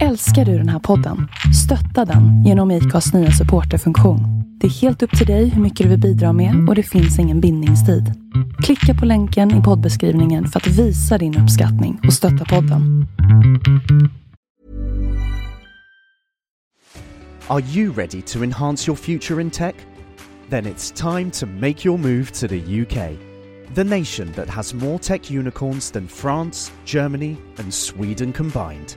Älskar du den här podden? Stötta den genom IKAs nya supporterfunktion. Det är helt upp till dig hur mycket du vill bidra med och det finns ingen bindningstid. Klicka på länken i poddbeskrivningen för att visa din uppskattning och stötta podden. Are you ready to enhance your future in tech? Then it's time to make your move to the UK, the nation that has more tech unicorns than France, Germany, and Sweden combined.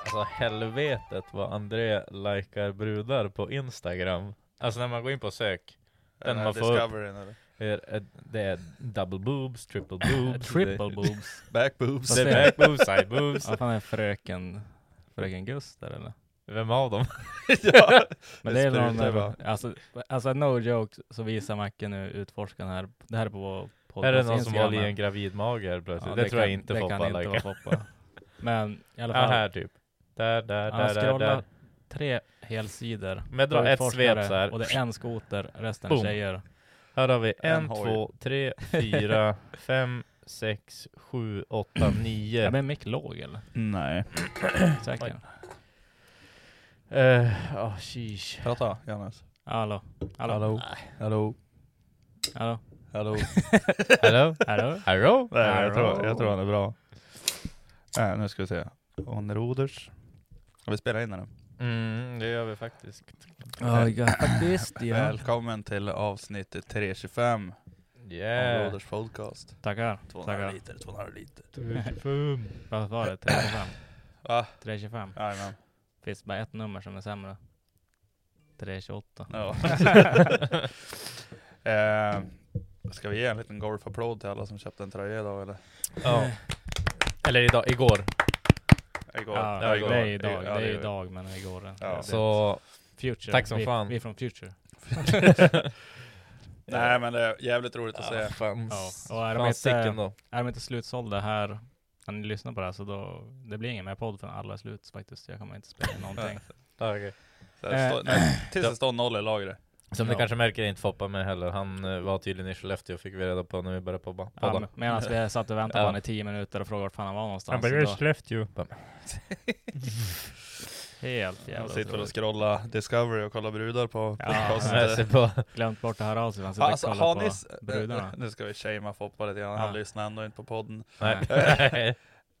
Alltså helvetet vad André likar brudar på Instagram. Alltså när man går in på sök, den man får upp, Discoveryn eller? är, är, det är double boobs, triple boobs, Triple boobs. Back boobs. det, det är back boobs, side boobs. Vad fan är fröken, fröken Gust där eller? Vem av dem? ja. Men Det det är slutar någon, bra. alltså, alltså no joke så visar Macke nu utforskaren här, det här är på vår podcast är det någon som Instagram håller i här. en gravid mage här plötsligt? Ja, det, tror jag inte det Foppa kan inte vara likar. Foppa. Men i alla Ja, fall, här typ. Där, där, han där, där, scrollar där. tre helsidor. Men jag drar på ett utforskare, svep så här. Och det är en skoter, resten Boom. tjejer. Här har vi En en, hoj. två, tre, fyra, fem, sex, sju, åtta, nio. Ja, men Mick låg eller? Nej. Säkert. Eh, ah, sheesh. Prata Johannes. Hallå? Hallå? Hallå. Hallå. Hallå? Hallå. Hallå? Hallå? Hallå? Nej, jag, tror, jag tror han är bra. Nej, nu ska vi se. Onroders. Har vi spelat in den? Mm, det gör vi faktiskt. Ja, jag faktiskt. Ja. Välkommen till avsnitt 325 av Yeah. Roders podcast. Eh. Tackar. 200 Tackar. liter, 200 liter. Vad var det? 325? Va? 325? Jajamän. Finns bara ett nummer som är sämre. 328. Ja. eh, ska vi ge en liten golfapplåd till alla som köpte en tröja idag eller? Ja. Eller idag, igår. Igår. Ja, det var igår. det är idag. Ja, det är var- idag, men det är igår. Ja. Så, Future. Tack som vi, fan. Vi är från Future. Nej men det är jävligt roligt att se. fan, Ja. s- Och är eh, de, fan sicken inte, då. är de inte slutsålda här, när ni lyssnar på det här, så då, det blir ingen mer podd förrän alla är slut faktiskt. Jag kommer inte spela in någonting. Ja, okej. Så här, stå, Eh. nej, tills det står noll i lagret. Som ni Ja. kanske märker är inte Foppa med heller. Han eh, var tydligen i Skellefteå fick vi reda på när vi började podda. Ja, podda. men- Medan vi satt och väntade Ja. på honom i 10 minuter och frågade vart fan han var någonstans. så då, Skellefteå. helt Jag jävla sitter och otroligt. scrollar Discovery och kollar brudar på Ja, podcast. men Jag ser på Glömt bort att höra av sig. Han sitter Alltså, och kollar har på ni... s- eh, brudarna. Nu ska vi shamea Foppa lite grann, han Ja. lyssnar ändå inte på podden. Nej.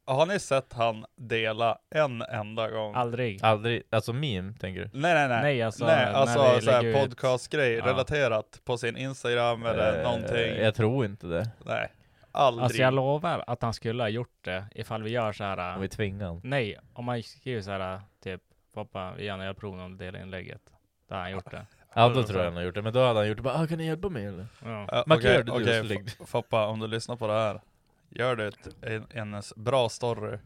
Har ni sett han dela en enda gång? Aldrig. Aldrig, alltså meme tänker du? nej, nej, nej. Nej, alltså, nej, när alltså vi så här lägger ut- podcastgrej Ja. relaterat på sin Instagram eller Eh, någonting. Jag tror inte det. Nej, aldrig. Alltså jag lovar att han skulle ha gjort det ifall vi gör så här. Om vi tvingar honom. Nej, om man skriver så här typ Pappa, vi gör en ölprovning om du delar inlägget. Då har han gjort det. Ja då tror jag han har gjort det, men då hade han gjort det bara ah, kan ni hjälpa mig eller? Eh, Ja. Man kan Okej, göra det du okej, är snygg. F- Foppa, om du lyssnar på det här. Gör det ett- en, en s- bra story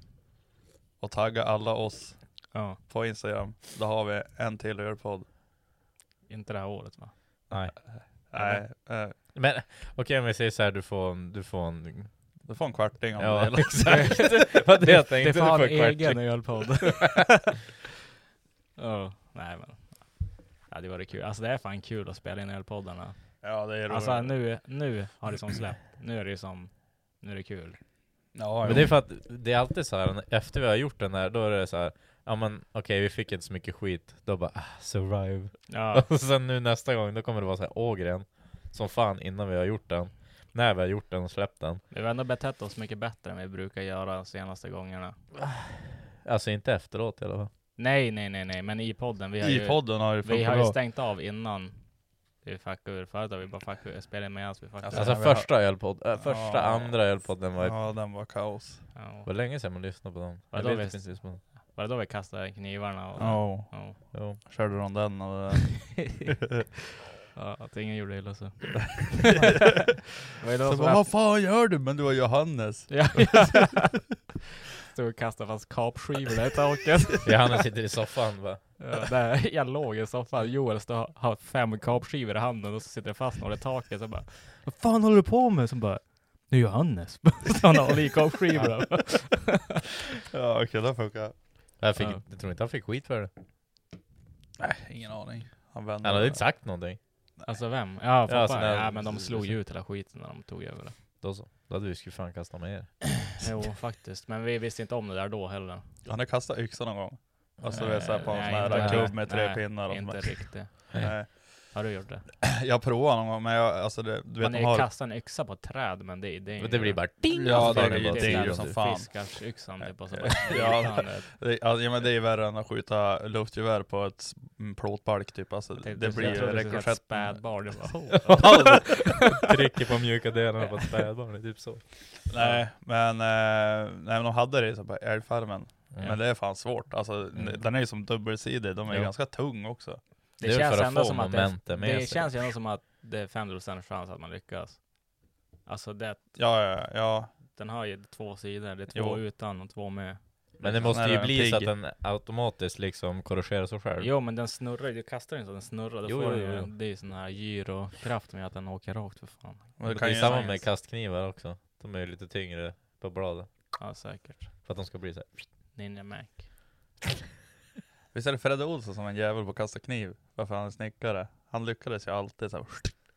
och tagga alla oss ja. på Instagram. Då har vi en till ölpodd. Inte det här året va? Nej. Nej, eh, Men okej om vi säger såhär, du får en, du får en... du får en kvarting om Ja det hela. exakt! Vad det jag tänkte, Det du får ha får en en egen kvarting. ölpodd. ja, nej men. Ja det vore kul. Alltså det är fan kul att spela in ölpoddarna. Ja, det är roligt. Alltså nu, nu har det som släppt. Nu är det ju som, nu är det kul. ja, Men det är för att det är alltid så här efter vi har gjort den här, då är det så här. Ja men okej vi fick inte så mycket skit, då bara ah, survive. Ja, Och sen nu nästa gång, då kommer det vara så här Ågren, som fan innan vi har gjort den. När vi har gjort den och släppt den. vi har ändå betett oss mycket bättre än vi brukar göra de senaste gångerna. Alltså inte efteråt i alla fall. Nej, nej, nej, nej, men i podden. Vi har I ju, podden har det Vi funkat har ju bra. stängt av innan vi fuckade ur. Förut har vi bara fuckat ur, spelade med oss, vi fuckade Alltså, Alltså vi har- första ölpodd, äh, första Ja. andra ölpodden var Ja, den var kaos. ja. Var länge sedan man lyssnade på dem. Vadå Jag vet visst? precis på dem. Var det då vi kastade knivarna? Och, Ja, ja. Jo. körde de den och det Ja, att ingen gjorde illa sig. Så bara, vad fan gör du? Men du var Johannes. Ja, ja. Stod och kastade fast kapskivor där i taket. Johannes sitter i soffan bara. Ja, där, jag låg i soffan, Joel stod, och har fem kapskivor i handen och så sitter det fast några i taket. Så bara, vad fan håller du på med? Så bara, det är Johannes. Så han håller i kapskivor. Ja okej, det funkar. Jag, fick, Ja. jag tror inte han fick skit för det. Nej, ingen aning. Han vände Han hade det. inte sagt någonting. Alltså vem? Ja, pappa. alltså, nej. nej, men de slog ju ut hela skiten när de tog över det. Då så. Då hade vi ju fan kastat med er. Jo, faktiskt. Men vi visste inte om det där då heller. Han har kastat yxa någon gång. Alltså Eh, vi är såhär på en nej, sån här inte- klubb med tre nej, pinnar. Och Inte bara, riktigt. nej. Har du gjort det? Jag provade någon gång men jag, alltså det, du vet Man de är har... kastar en yxa på ett träd, men det, det är Men det blir bara ding! Ja, och så det tar är den ju- bara det är ju till. som fan. Fiskarsyxan typ och så bara... Ja. Det, alltså, ja, men det är ju värre än att skjuta luftgevär på ett s- mm, plåtbalk typ. Alltså, det, blir ju rekorsett. rekorsett. Spädbarn. Det bara, "Oh." Trycker på mjuka delarna på ett spädbarn, det är typ så. Nej men, eh, nej men de hade det så på älgfarmen. Ja. Men det är fan svårt. Alltså, Mm. Den är ju som dubbelsidig, de är Jo. ganska tung också. Det är för att få momentet det, med sig. det känns ju ändå som att det är 50% chans att man lyckas. Alltså det, Ja, ja, ja, ja. den har ju två sidor. Det är Jo. två utan och två med. Men det måste Nej, ju den är bli så att pigg. den automatiskt liksom korrigerar sig själv. Jo men den snurrar ju. Du kastar den så den snurrar. Då Jo, får jo, den ju- jo, jo. Det är ju sån här gyrokraft med att den åker rakt för fan. Men det det kan är ju samma science. med kastknivar också. De är ju lite tyngre på bladen. Ja säkert. För att de ska bli så här. Ninja Mac. Visst är det Fredde Olsson som är en jävel på att kasta kniv? Varför han är snickare? Han lyckades ju alltid såhär.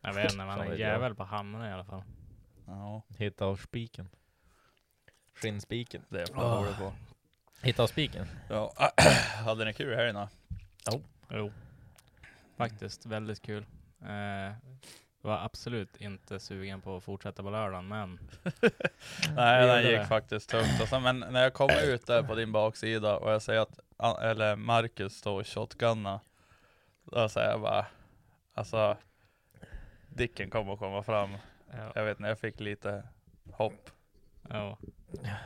Jag vet inte, men Fan, han är vet jävel på hamnen i alla fall. Ja, Hitta av spiken. Skinnspiken. det är jag fan Ah. dålig på. Hitta av spiken. Ja. Hade ni kul i helgen då? Jo. Faktiskt väldigt kul. Eh, var absolut inte sugen på att fortsätta på lördagen, men Nej, Vi den gjorde gick det. faktiskt tungt. Och sen, men när jag kom ut där på din baksida och jag säger att ah, eller Marcus står och shotgunnar, då säger jag bara, alltså Dicken kommer komma fram. ja. Jag vet inte, jag fick lite hopp. ja.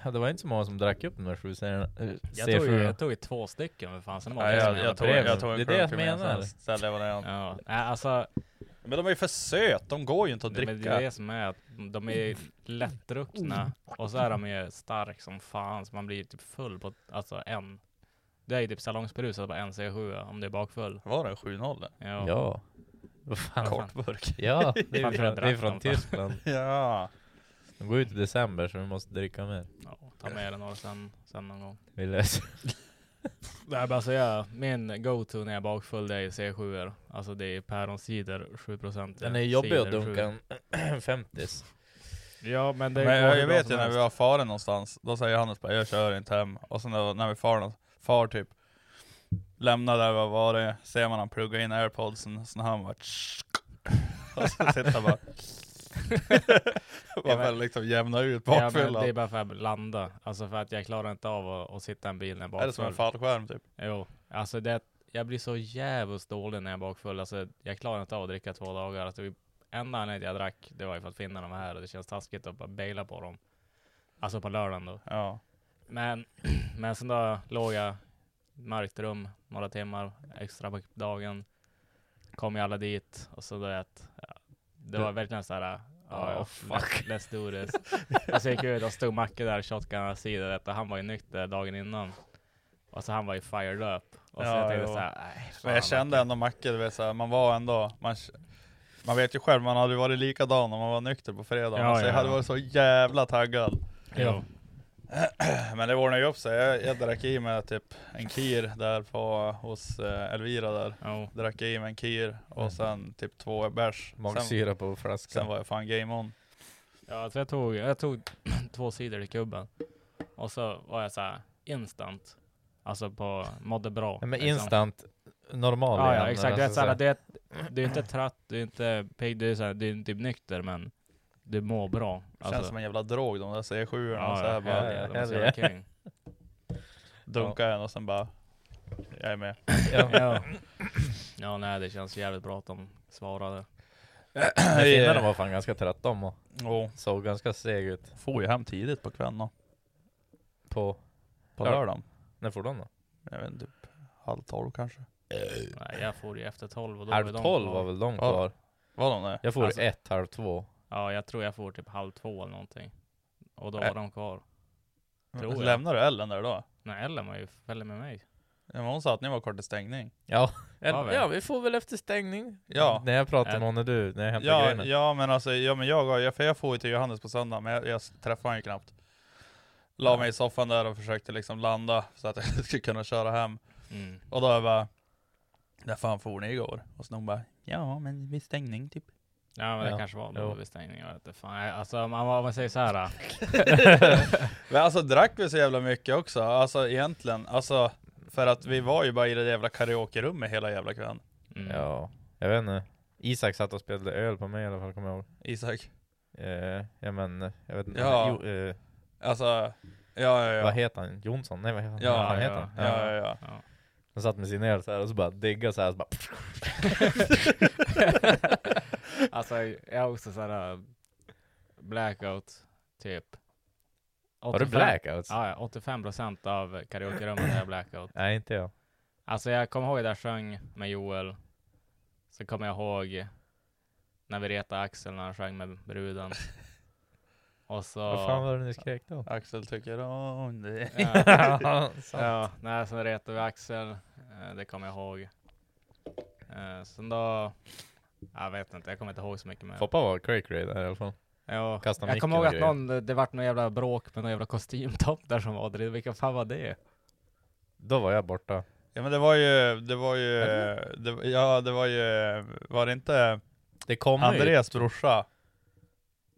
Ja, det var inte så många som drack upp de där sju serierna. jag, tog ju, jag tog ju två stycken för fan, sen var Ja, det jag, en jag, jävla tog, brev. jag tog en Det är det jag klunk ur mig, menar. sen ställde jag mig ner. Ja, nej, alltså, Men de är ju för söt, de går ju inte att det, men det är dricka. det som är att de är lättdruckna och så är de ju stark som fan, så man blir typ full på alltså, en. Det är ju typ salongsberusad på en C7 om det är bakfull. Var det en 7-0? Ja. Ja. Vad Ja, fan. fan. Kortburk. Ja, det är Fan, från, jag det drack är från dem, fan. Tyskland. Ja. De går ut i december så vi måste dricka mer. Ja, ta med den och sen, sen någon gång. Vi löser Nej, men alltså jag, min go-to när jag är bakfull det är C7. er. Alltså det är päronsider 7%. Den är jobbig att cider, sju. dunka en 50s. Ja men det Men går jag, hur jag bra vet som ju när helst. vi var farin någonstans, då säger Johannes bara jag kör inte hem. Och sen då, när vi far, någon- far typ, lämnar där vad var det, ser man han plugga in airpodsen, sen han bara tsk. Och så sitter han bara Ja, Bara för men- att liksom jämna ut ja, men bakfyllan. Det är bara för att jag landar. Alltså för att jag klarar inte av att, att sitta i en bil när jag är bakfull. är det som en fallskärm typ? Jo. Alltså det, jag blir så jävligt dålig när jag är bakfull. Alltså jag klarar inte av att dricka två dagar. Alltså, vi- enda anledningen till att jag drack, det var ju för att finna de här och det känns taskigt att bara baila på dem. Alltså på lördagen då. Ja. Men, men sen då låg jag i mörkt rum några timmar extra på dagen. Kom ju alla dit och så du vet, ja, det var verkligen såhär, ja, Oh, ja, fuck. fuck. Let's do this. och så gick jag ut och stod Macke där, shotgunnade sidan vet, och han var ju nykter dagen innan. Och så han var ju fired up. Och så Ja, jag tänkte jo. såhär, nej Men jag kände ändå Macke, du vet såhär, man var ändå, man, man vet ju själv, man hade ju varit likadan om man var nykter på fredag. Ja, alltså, ja, jag hade ja. varit så jävla taggad. Jo. Men det ordnade ju upp sig. Jag, jag drack i mig typ en kir där på, hos eh, Elvira där. Jo. Drack i mig en kir Mm. och sen typ två bärs. Sen, Magsyra på sen flaskan. var jag fan game on. Ja, så jag tog, jag tog två sidor i kubben. Och så var jag såhär, instant. Alltså på, mådde bra. Nej, men liksom. instant, normal Ja, igen, ja alltså exakt. Det är, såhär, så- det är, du är inte trött, du är inte pigg, du är, såhär, du är typ nykter men du mår bra. alltså. Känns som en jävla drog de där c 7 ja, ja, så här bara ja, ja, ja, de är så ja. jävla king. dunkar en och sen bara jag är med. ja. ja, nej det känns jävligt bra att de svarade. Men Finnarna var fan ganska trötta om och Oh, såg ganska seg ut får ju hem tidigt på kvällen då. på... På Ja. lördagen. När for de då? Jag vet inte, typ halv tolv kanske. Nej, jag får ju efter tolv och då Halv är de tolv kvar. var väl de Ja. kvar? Var de det? Jag får Alltså- ett, halv två. Ja, jag tror jag får typ halv två eller någonting. Och då Ä- var de kvar. tror jag. Lämnar du Ellen där då? Nej, Ellen var ju fäller med mig. Ja, men Hon sa att ni var kvar till stängning. Ja, Ja, en, väl. ja, vi får väl efter stängning. Ja. När jag pratar Äh. med honom du, när jag hämtar Ja, grejerna. ja men alltså, ja, men jag, jag, för jag får ju till Johannes på söndag, men jag, jag träffade honom ju knappt. La mig i soffan där och försökte liksom landa så att jag skulle kunna köra hem. Mm. Och då är jag bara, när fan for ni igår? Och så hon bara, ja men vid stängning typ. Ja, men det Ja, kanske var jo. då vid stängningen. Jag vet inte fan. Nej, Alltså, man, man säger så här. äh, Men alltså drack vi så jävla mycket också, alltså egentligen. Alltså, för att vi var ju bara i det jävla karaokerummet hela jävla kvällen. Mm. Ja, jag vet inte. Isak satt och spelade öl på mig i alla fall, kommer jag ihåg. Isak. Eh, ja men, jag vet inte. Ja. Jo, eh, Alltså, ja ja ja. Vad heter han? Jonsson? Nej vad heter han? Ja, vad fan ja, heter han? ja, ja, ja. Ja. Han satt med sin öl så här och så bara digga så här, så bara alltså, jag har också så här äh, blackout, typ. Har du 85 blackouts? Ja, ja, 85 procent av karaokerummet är blackout. Nej inte jag. Alltså jag kommer ihåg där jag sjöng med Joel. Så kommer jag ihåg när vi retade Axel när han sjöng med bruden. Och så... Vad fan var det ni skrek då? Axel tycker om det. Ja, sant. ja, nej, så retade vi Axel. eh, Det kommer jag ihåg. Eh, Sen då... Jag vet inte, jag kommer inte ihåg så mycket mer. Foppa var cray cray där i alla fall. Ja, kasta jag micken kommer ihåg och att grejer. någon, det vart någon jävla bråk med någon jävla kostymtopp där som var där. Vilken fan var det? Då var jag borta. Ja men det var ju, det var ju, det, ja det var ju, var det inte Det kommer ju. Andreas brorsa?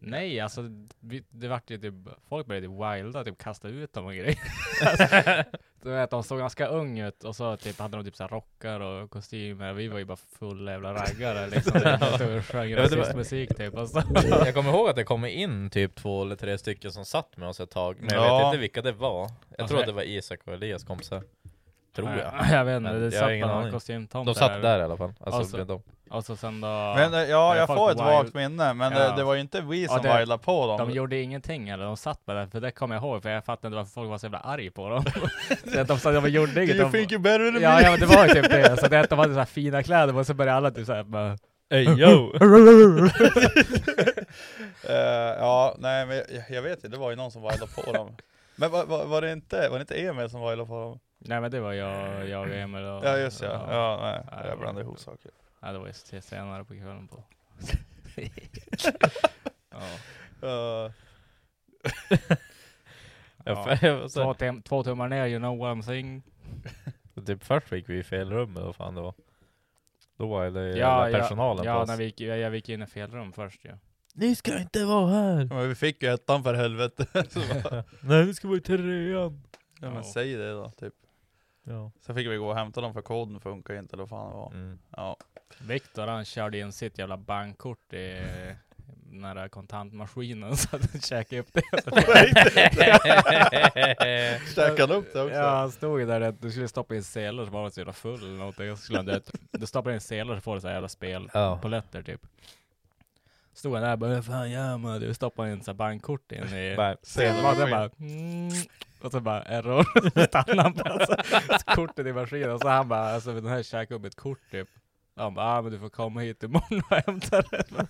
Nej, alltså vi- det vart ju typ, folk började typ wilda, typ kasta ut dem och grejer. Alltså, Du vet, de såg ganska ung ut och så typ hade de typ så här rockar och kostymer. Vi var ju bara fulla jävla raggare liksom. Vi stod och sjöng Ja, det var- rasistmusik typ. Och så. Jag kommer ihåg att det kom in typ två eller tre stycken som satt med oss ett tag. Men jag Ja. vet inte vilka det var. Jag Alltså, tror att jag- det var Isak och Elias kompisar. Tror jag. Jag vet inte, Men det jag har satt ingen någon aning. kostymtomt De satt där i alla fall. Alltså, Alltså, med dem. Och så sen då, Men eh, ja, jag folk får ett wild- vagt minne, men det, Ja. det var ju inte vi Ja, som det- wilade på dem. de gjorde ingenting eller de satt bara där. För det kommer jag ihåg, för jag fattade inte varför folk var så jävla arg på dem. så att de, sa, de gjorde inget. You De, think you better than ja, me? ja, men det var ju typ det. Så det, att de hade så här fina kläder och så började alla typ så här bara Ey yo! Eh, ja, nej men jag, jag vet ju, det var ju någon som wilade på dem. Men var, var, var, det inte, var det inte Emil som wilade på dem? Nej men det var jag, jag och Emil och... Ja just ja, och- ja nej, Ja, jag jag blandade vet ihop inte. saker. Ja, det var just till senare på kvällen på. ja. Eh, Ja. Ja. Två, tim- två tummar ner, you know what I'm saying? Typ först fick vi i fel rum eller vad fan det var. Då var det Ja, hela personalen ja, på ja, oss. när vi gick, jag, jag gick in i fel rum först ju. Ni ska inte vara här! men vi fick ju ettan för helvete. Så bara, Nej, ni ska vara i trean! ja men Ja. säg det då, typ. Ja. Sen fick vi gå och hämta dem för koden funkar ju inte, eller vad fan det var. Mm. Ja. Viktor han körde in sitt jävla bankkort i nära kontantmaskinen så att han käkade upp det. Käkade upp det också? Ja, han stod ju där att du skulle stoppa in sedlar så var han så jävla full eller någonting. Och Så skulle han, du vet, du stoppar in sedlar så får du så här jävla spel. ja. polletter typ. Stod han där och bara "Vad fan gör man? Du stoppade in så här bankkort in i... Bara, Sen var det bara mm, och så bara error. Stannade han bara så, så kortet i maskinen och så han bara alltså den här käkade upp ett kort typ. Och han bara ah, men du får komma hit imorgon och hämta det.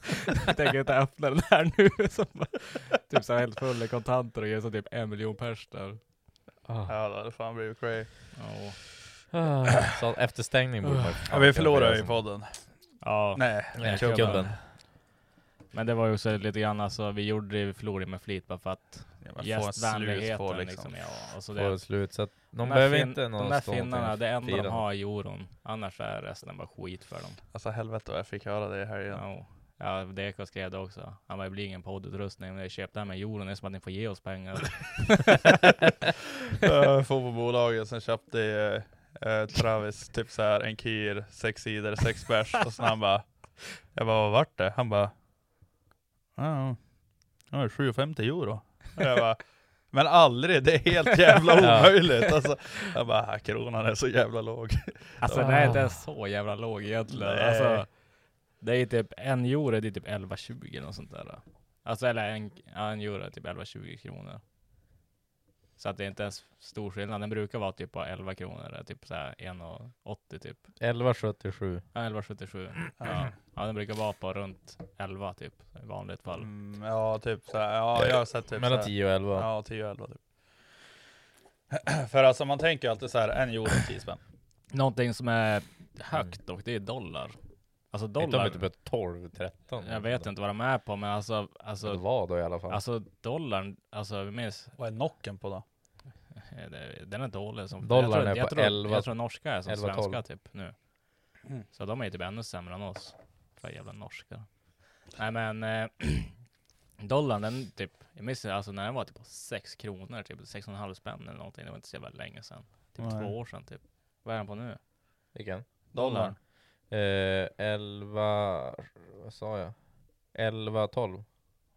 Jag tänker inte öppna den här nu. Så bara, typ så här helt full i kontanter och ger så typ en miljon pers där. Ja, det hade fan blivit cray. Ja. Ah. Så efter stängning borde man Ja, vi förlorade ju podden. Ja. Nej. Nej, Kubben. kubben. Men det var ju också lite grann alltså vi gjorde det förlorat med flit bara för att Ja, men få en slut gästvänligheten på liksom. liksom. liksom. Ja, och så Får det, ett slut. Så att de där behöver fin- inte någon De där stå någonting finnarna, det enda firande. de har är euron. Annars är resten bara skit för dem. Alltså helvete vad jag fick höra det här igen. Ja. Ja, Deko skrev det också. Han bara, det blir ingen poddutrustning, men jag köpte den med euron, det är som att ni får ge oss pengar. Jag får på bolaget, sen köpte eh, eh, Travis typ så här en kir, sex sidor, sex bärs. Och sen han bara, jag bara vad vart det? Han bara, ja, ja, 7,50 euro. Och jag bara, men aldrig, det är helt jävla Ja. omöjligt. Alltså, jag bara, kronan är så jävla låg. alltså den är inte så jävla låg egentligen. Nej. Alltså, det är typ, en euro det är typ 11,20 eller något sånt där. Alltså eller en, ja, en euro är typ 11,20 kronor. Så att det är inte ens stor skillnad. Den brukar vara typ på 11 kronor, eller typ så här 1,80 typ. 1177. Ja, 11,77. Ja. ja, den brukar vara på runt 11 typ i vanligt fall. Mm, ja, typ så här. Ja, jag har sett typ så Mellan här. 10 och 11. Ja, 10 och 11 typ. För alltså man tänker ju alltid så här, en euro 10 spänn. Någonting som är högt dock, det är dollar. Alltså Dollar. dollar. Mm. Inte om typ 12, 13. Jag vet inte vad de är på, men alltså, Så det alltså, var då i alla fall. alltså dollarn, alltså vi minns, Vad är nocken på då? eh, det- den är dålig som Dollarn jag är tror, jag på tror, 11 Jag tror norska är som 11, svenska 12. typ nu. Mm. Så de är ju typ ännu sämre än oss. För jävla norska. Nej men, eh, dollarn den typ, jag minns alltså när den var typ på 6 kronor, typ 6,5 spänn eller någonting. Det var inte så jävla länge sedan. Typ Nej. två år sedan typ. Vad är den på nu? Vilken? Dollarn? Eh, 11, vad sa jag? 11, 12.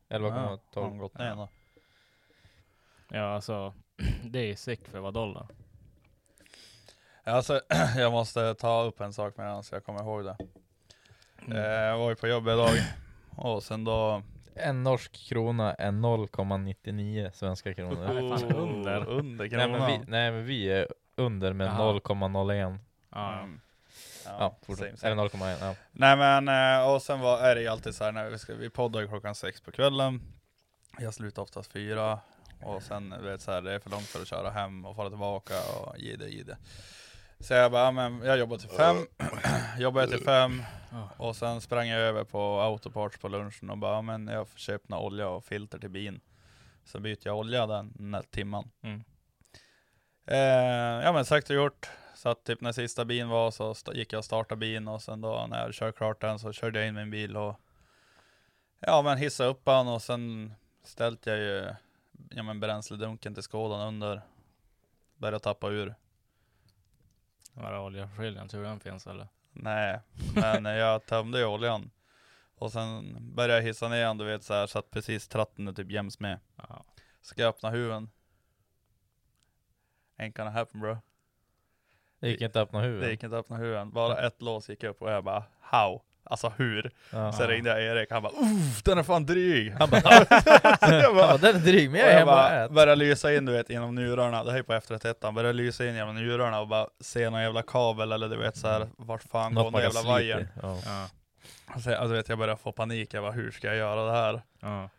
11,12. Har de gått ner Ja. då? Ja alltså, det är ju sick för att vara dollar. Alltså, jag måste ta upp en sak medan jag kommer ihåg det. Mm. Eh, jag var ju på jobbet idag och sen då... En norsk krona är 0,99 svenska kronor. det är fan under. Under nej, kronan. men vi, nej men vi är under med Jaha. 0,01. Ja, ja. Mm. Ja, fortsätt. same, same. Eller 0,1. Ja. Nej men eh, och sen var, är det ju alltid så här när vi, ska, vi poddar ju klockan sex på kvällen Jag slutar oftast fyra Och sen du vet så här, det är för långt för att köra hem och fara tillbaka och ge det, ge det. Så jag bara, ja, men jag jobbar till fem Jobbar jag till fem Och sen sprang jag över på autoparts på lunchen och bara, ja, men jag får köpa några olja och filter till bin Så byter jag olja den, här timman Mm. eh, Ja men sagt och gjort så att typ när sista bin var så sta- gick jag och startade bin och sen då när jag körde klart den så körde jag in min bil och ja men hissade upp den och sen ställt jag ju ja men bränsledunken till skådan under. Började tappa ur. Var är oljeskiljaren? Tur den finns eller? Nej, men jag tömde ju oljan. Och sen började jag hissa ner den du vet så här så att precis tratten är typ jäms med. Ja. Ska jag öppna huven? Ain't gonna happen bro. Det gick inte att öppna huvudet. Det gick inte att öppna huven. Bara ett lås gick upp och jag bara how? Alltså hur? Ja. Sen ringde jag Erik, han bara Uff, den är fan dryg! Han bara, jag bara, ja, den är dryg, men jag är jag hemma och bara äter. började lysa in du vet genom njurarna, det här är på efterrättettan, började lysa in genom njurarna och bara se någon jävla kabel eller du vet så här, vart fan går Mm. Något den man kan jävla slita i. vajern? Ja. Ja. Alltså, jag- du vet, jag började få panik, jag bara hur ska jag göra det här? Ja.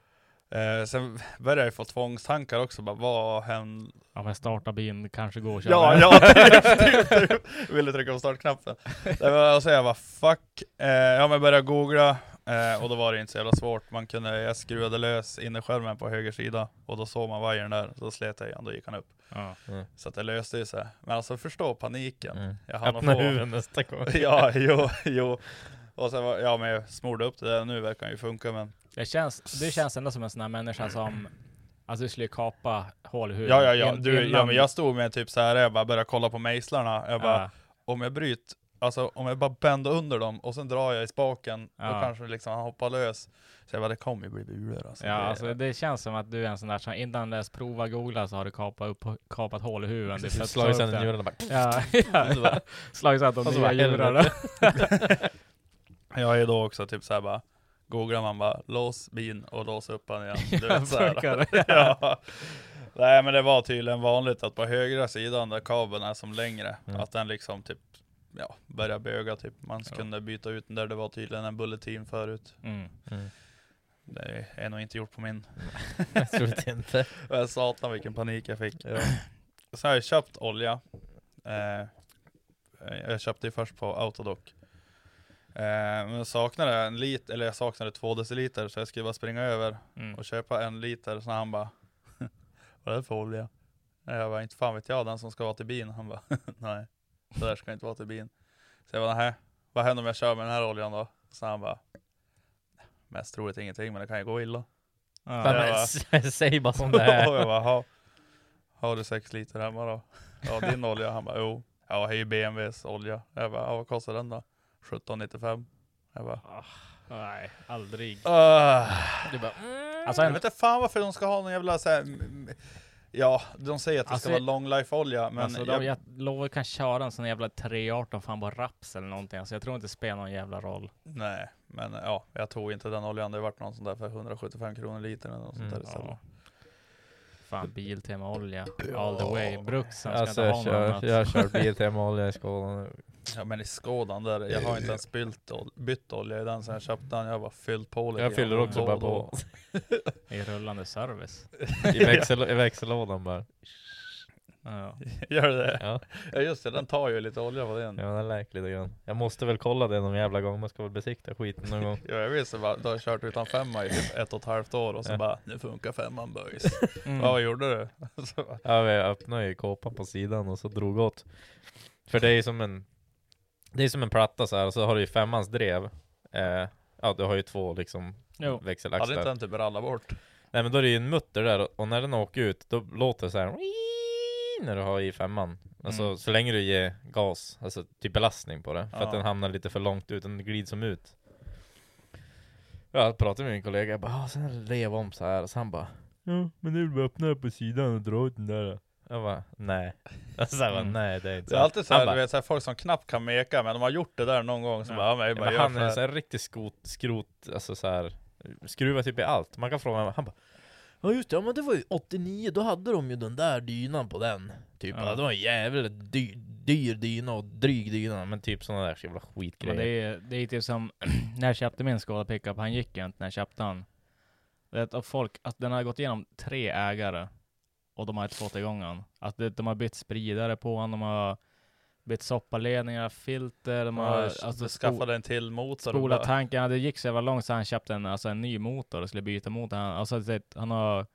Eh, sen började jag få tvångstankar också, bara vad händer? ja men starta bilen, kanske gå och köra. Ja, ja, typ, typ, typ. Jag ville trycka på startknappen. Det var, och så jag bara fuck, eh, ja men började googla, eh, och då var det inte så jävla svårt. Man kunde, jag skruvade lös innerskärmen på höger sida, och då såg man vajern där, så slet jag igen, då gick han upp. Ja. Så att det löste ju sig. Men alltså förstå paniken. Mm. Jag hann Öppna att få- huvudet nästa gång. Ja, jo, jo. Och sen var, ja men jag smorde upp det där, nu verkar det ju funka men. Det känns, du känns ändå som en sån här människa som, alltså du skulle kapa hål i huvudet. Ja, ja, ja. in- Du, ja innan- men jag stod med typ så här, jag bara började kolla på mejslarna, jag bara, Ja. om jag bryter, alltså om jag bara bänder under dem och sen drar jag i spaken, då Ja. kanske liksom han hoppar lös. Så jag bara, det kommer ju bli bulor alltså. Ja, Det- alltså det känns som att du är en sån där som innan du ens provar googla så har du kapat, upp, kapat hål i huvudet. Du plötsligt Slagit tar upp sönder det. njurarna och bara. Ja, ja. alltså, Slagit Alltså, sönder Och så de nya bara, njurarna. helvete. Jag är då också typ så här bara, googlar man bara, lås bin och lås upp han igen. Du Ja, vet, så här. funkar det? ja. Nej men det var tydligen vanligt att på högra sidan där kabeln är som längre, Mm. att den liksom typ Ja, börja böga typ. Man kunde byta ut den där, det var tydligen en bulletin förut. Mm. Mm. Det är nog inte gjort på min. Jag trodde inte. Och jag satan vilken panik jag fick. Sen har jag köpt olja. Eh, jag köpte ju först på Autodoc. Eh, men jag saknade en liter, eller jag saknade två deciliter så jag skulle bara springa över Mm. och köpa en liter. Så han bara, vad är det för olja? Jag bara, inte fan vet jag, den som ska vara till bin. Han bara, nej, det där ska inte vara till bin. Så jag bara, nej, vad händer om jag kör med den här oljan då? Så han bara, mest troligt ingenting men det kan ju gå illa. Fan, Ja. det men var- s- Säg bara som Och det är. jag bara, ha, har du sex liter hemma då? Ja, din olja? Han bara, jo. Ja, det är ju BMWs olja. Jag bara, ja, vad kostar den då? 17,95. Jag bara, Nej, aldrig. ah. Du bara, alltså Alltså, jag en, vet inte fan varför de ska ha någon jävla så här, m- m- ja, de säger att det Alltså, ska vara long life olja, men alltså, de, jag, jag lovar jag kan köra en sån jävla 318 fan bara raps eller någonting. Alltså, jag tror inte det spelar någon jävla roll. nej, men ja, jag tog inte den oljan. Det vart någon sån där för 175 kronor litern eller något sånt Mm, där istället. Alltså, Fan, Biltema-olja all the way. Bruksen ska Alltså inte jag ha något kör, annat. jag kör Biltema-olja i skålen nu. Ja men i skådan där, jag har inte ens bytt, ol- bytt olja i den sen jag köpte den, jag har bara fyllt på lite Jag grann. fyller också Då bara och då. på. I rullande service. I, växel, I växellådan bara. Ja. Gör det? Ja, Ja just det, den tar ju lite olja på den. Ja, ja den läker lite grann. Jag måste väl kolla det någon jävla gång. Man ska väl besikta skiten någon gång. jag visste bara, du har kört utan femma i typ ett och ett halvt år och så Ja. bara, nu funkar femman boys. Mm. Ja, vad gjorde du? Så bara, Ja, men jag öppnade ju kåpan på sidan och så drog åt. För det är ju som en, det är som en platta så här, och så har du ju femmans drev. Eh, ja, du har ju två liksom Jo. hade växelaxlar. inte den typ rallat bort? Nej men då är det ju en mutter där, och- och när den åker ut, då låter det så här när du har i femman. Alltså Mm. så länge du ger gas, alltså typ belastning på det, för Ja. att den hamnar lite för långt ut, den glider som ut. Jag pratade med min kollega, jag bara "Ah, sen rev om så här, och så han bara Ja, men nu vill vi öppna på sidan och dra ut den där. Jag bara, nej. Alltså jag bara, Mm. nej det är inte Det är alltid så här, Han bara, du vet, så här, folk som knappt kan meka, men de har gjort det där någon gång, så Ja. bara, ja, men jag Ja, bara men gör han så är här. så här riktig skot, skrot, alltså så här skruvar typ i allt. Man kan fråga honom, han bara Ja just det, ja men det var ju 89, då hade de ju den där dynan på den. Typ, Ja. ja. det var en jävligt dyr, dyr dyna och dryg dyna, men typ sådana där jävla skitgrejer. Men det är, det är typ som, när jag köpte min Skoda pickup, han gick ju inte när jag köpte han. Vet, och folk, att den har gått igenom tre ägare och de har inte fått igång han. Att det, de har bytt spridare på han, de har bytt soppaledningar, filter, de Man har har alltså, du sko, skaffade en till motor. och spolat bara- tanken. Ja, Det gick så jävla långt så han köpte en, alltså, en ny motor och skulle byta motor. Han, alltså, du vet, han har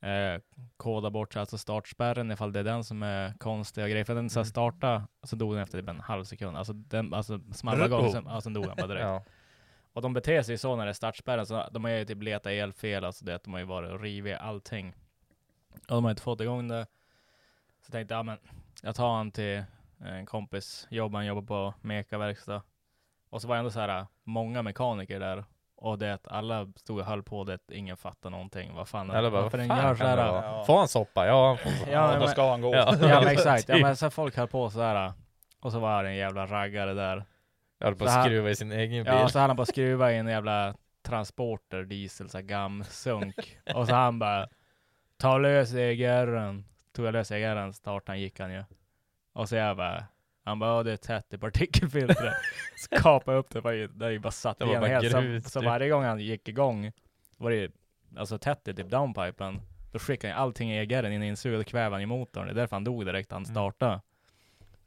eh, kodat bort alltså startspärren ifall det är den som är konstig och grejer. För den så här, Mm. starta så dog den efter typ en halv sekund. Alltså, den, alltså smalla gång, sen, ja, sen dog han bara direkt. ja. Och de beter sig så när det är startspärren, så de har ju typ letat elfel, alltså det, att de har ju varit och rivit allting. Och de har inte fått igång det. Så tänkte jag, ja, men jag tar han till en kompis jobb, han jobbar på mekaverkstad. Och så var det ändå så här, många mekaniker där. Och det att alla stod och höll på det, ingen fattade någonting. Vad fan, Eller bara, varför den fan gör kan så här? det Ja, vara? Ja. Får han soppa? Ja, han får soppa. Ja, då men- ska han gå. Ja. ja men exakt, ja, Typ. men så här, folk höll på så här. Och så var det en jävla raggare där. Jag höll på Så här- att skruva i sin egen bil. Ja, så hade han bara skruva i en jävla transporter, diesel, så här gamm, sunk. Och så han bara, ta lös EGR'n. Tog jag lös EGR'n, startade han, gick han ju. Och så jag bara, han bara, "Ja, det är tätt i partikelfiltret. Så kapade jag upp det, bara, det är ju bara satt Det var igen bara helt. Så, grus, så typ. varje gång han gick igång var det ju, alltså tätt i typ downpipen. Då skickade han allting i EGR'n in i insugade och kvävde han i motorn. Det är därför han dog direkt när han Mm. startade.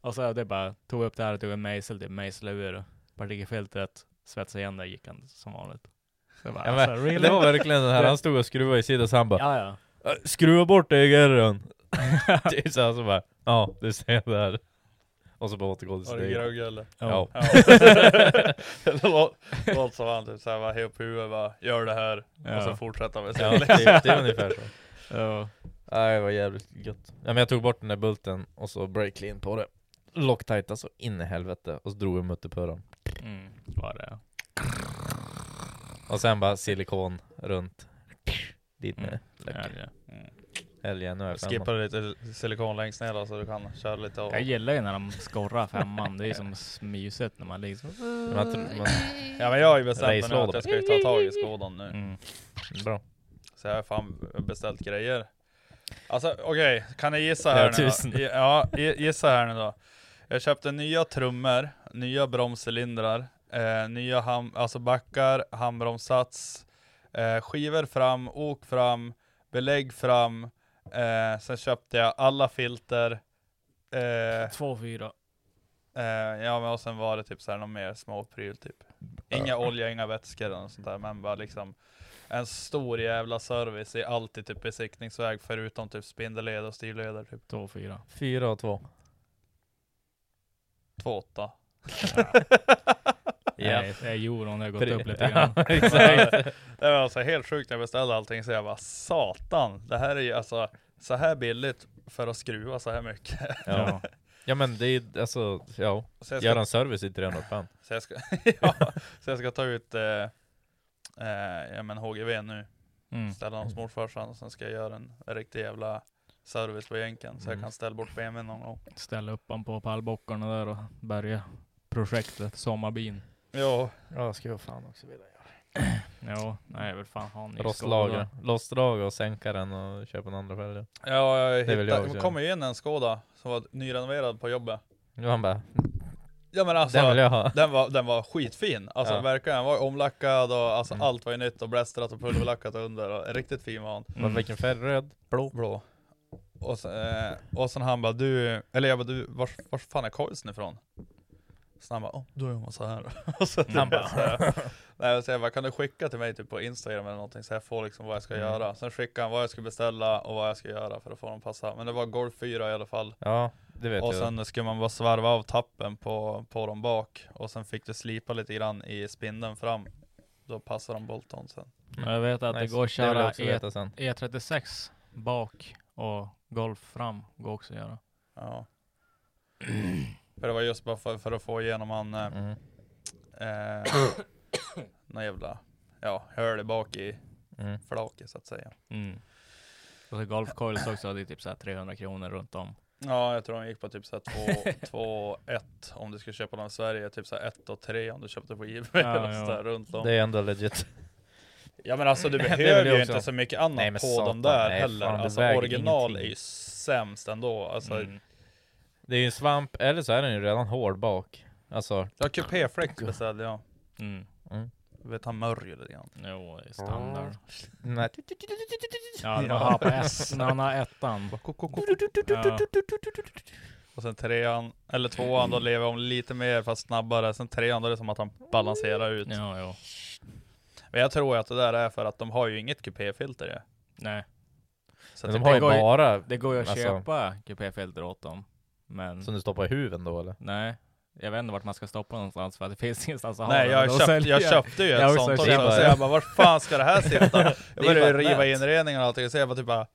Och så det bara, tog upp det här och tog en mejsel, typ mejslade ur partikelfiltret, svetsade igen det, gick han som vanligt. Så jag bara, Ja, men, alltså, really? Det var verkligen den här, han stod och skruvade i sidan så han bara Ja, ja. "Äh, Skruva bort EGR'n! typ så här, så bara Ja, du ser där. Och så bara återgå till sitt Var det eget. grogg eller? Ja. Ja. Det lå- Låter som han typ såhär, var helt på huvudet bara, gör det här. Ja. Och så fortsätter han med Ja, sin det, liksom. är- det är ungefär så. Ja. Nej, det var jävligt gött. Ja, men jag tog bort den där bulten och så break clean på det. Locktajta så in i helvete och så drog jag mutterpöran. Mm, var det. Och sen bara silikon runt. Dit med. Ja, ja. Helgen, nu är jag femman. Skippade lite silikon längst ner då, så du kan köra lite och... Jag gillar ju när de skorrar femman, det är som s- mysigt när man liksom... Men jag tror- men- Ja men jag har ju bestämt mig nu Racelåda. att jag ska ju ta tag i skådan nu. Mm. Bra. Så jag har fan beställt grejer. Alltså okej, kan ni gissa här Flera nu tusen. då? I- Ja, i- gissa här nu då. Jag köpte nya trummor, nya bromscylindrar, eh, nya ham, alltså backar, handbromssats, eh, skivor fram, ok fram, belägg fram. Eh, sen köpte jag alla filter. Eh, Två, fyra. eh, ja men och sen var det typ så här någon mer småpryl typ. Inga olja, inga vätskor och sånt där, men bara liksom en stor jävla service i allt i typ besiktningsväg förutom typ spindelled och styrleder typ Två, fyra. Fyra och två. 2,8. Ja. Nej, det är euron, det har gått Tre. upp lite grann. Exakt. det var alltså helt sjukt när jag beställde allting så jag bara satan, det här är ju alltså så här billigt för att skruva så här mycket. Ja. ja men det är ju- alltså, ja. Så jag ska, Gör en service i 300 spänn. så jag ska, ja, så jag ska ta ut eh, eh, ja, men HGV nu, Mm. ställa hos morfarsan och sen ska jag göra en riktig jävla service på jänken så jag Mm. kan ställa bort BMWn någon gång. Ställa upp han på pallbockarna där och bärga projektet, sommarbyn. Jo, Ja, ska jag fan också vilja göra. Jo, nej jag vill fan ha en ny Rostlager. Rostlager och sänka den och köpa en andra fälg. Ja, jag Det vill jag hittade, också det göra. kom ju in en Skoda som var nyrenoverad på jobbet. Och han bara, Ja men alltså, den vill jag ha. Den, var, den var skitfin. Alltså Ja. verkligen, den var ju omlackad och alltså, Mm. allt var ju nytt och blästrat och pulverlackat under. Och, riktigt fin var han. Mm. Vilken färg? Röd? Blå? Blå. Och sen, eh, och sen han bara du, eller jag bara du, vars, vars fan är Karlsson ifrån? Så han bara, åh, då gör man så här. Och så Han han bara- bara, så här. Nej, så jag bara, kan du skicka till mig typ på Instagram eller någonting så jag får liksom vad jag ska Mm. göra. Sen skickade han vad jag ska beställa och vad jag ska göra för att få dem att passa. Men det var Golf 4 i alla fall. Ja, det vet Och jag. sen skulle man bara svarva av tappen på, på dem bak och sen fick du slipa lite grann i spindeln fram. Då passar de Bolton sen. Mm. Jag vet att det Nice. går att Det vill jag köra också veta sen. E- E36 bak och golf fram går också att göra. Ja. för det var just bara för, för att få igenom han eh, Mm. eh, någon jävla, ja, höll bak i Mm. flaket så att säga. Mm. Och så golfcoils också, det är typ så här 300 kronor runt om. Ja, jag tror de gick på typ så här 2-1 om du skulle köpa dem i Sverige, typ så här 1 och 3 om du köpte på eBay Ja, eller ja. så där runt om. Det är ändå legit. Ja men alltså du Det vill behöver jag ju också. inte så mycket annat Nej, men på satan, dem där nej, heller. fan, det alltså väger original ingenting. är ju sämst ändå. Alltså, Mm. Det är ju en svamp, eller så är den ju redan hård bak. Alltså, Ja kupéfläkt beställde jag. Mm. Vet han mörjer lite grann. Jo, det är standard. Ah. nej. Ja, det var HPS när han har ettan. Ja. Och sen trean, eller tvåan då lever om lite mer fast snabbare. Sen trean då är det som att han balanserar ut. Ja, jo. Men jag tror ju att det där är för att de har ju inget kupéfilter ju. Nej. Så Men typ, att de det har ju går ju- Mm. bara Det går ju att Alltså- köpa kupéfilter åt dem. Men som du stoppar i huven då eller? nej, jag vet inte vart man ska stoppa någonstans för att det finns ingenstans att ha Nej den, jag, men då köpt, säljer jag köpte ju Jag ett också sånt och köpt så, det. så jag bara var fan ska det här sitta? Jag Det är började bara riva nät. inredningen och allting, så jag bara typ bara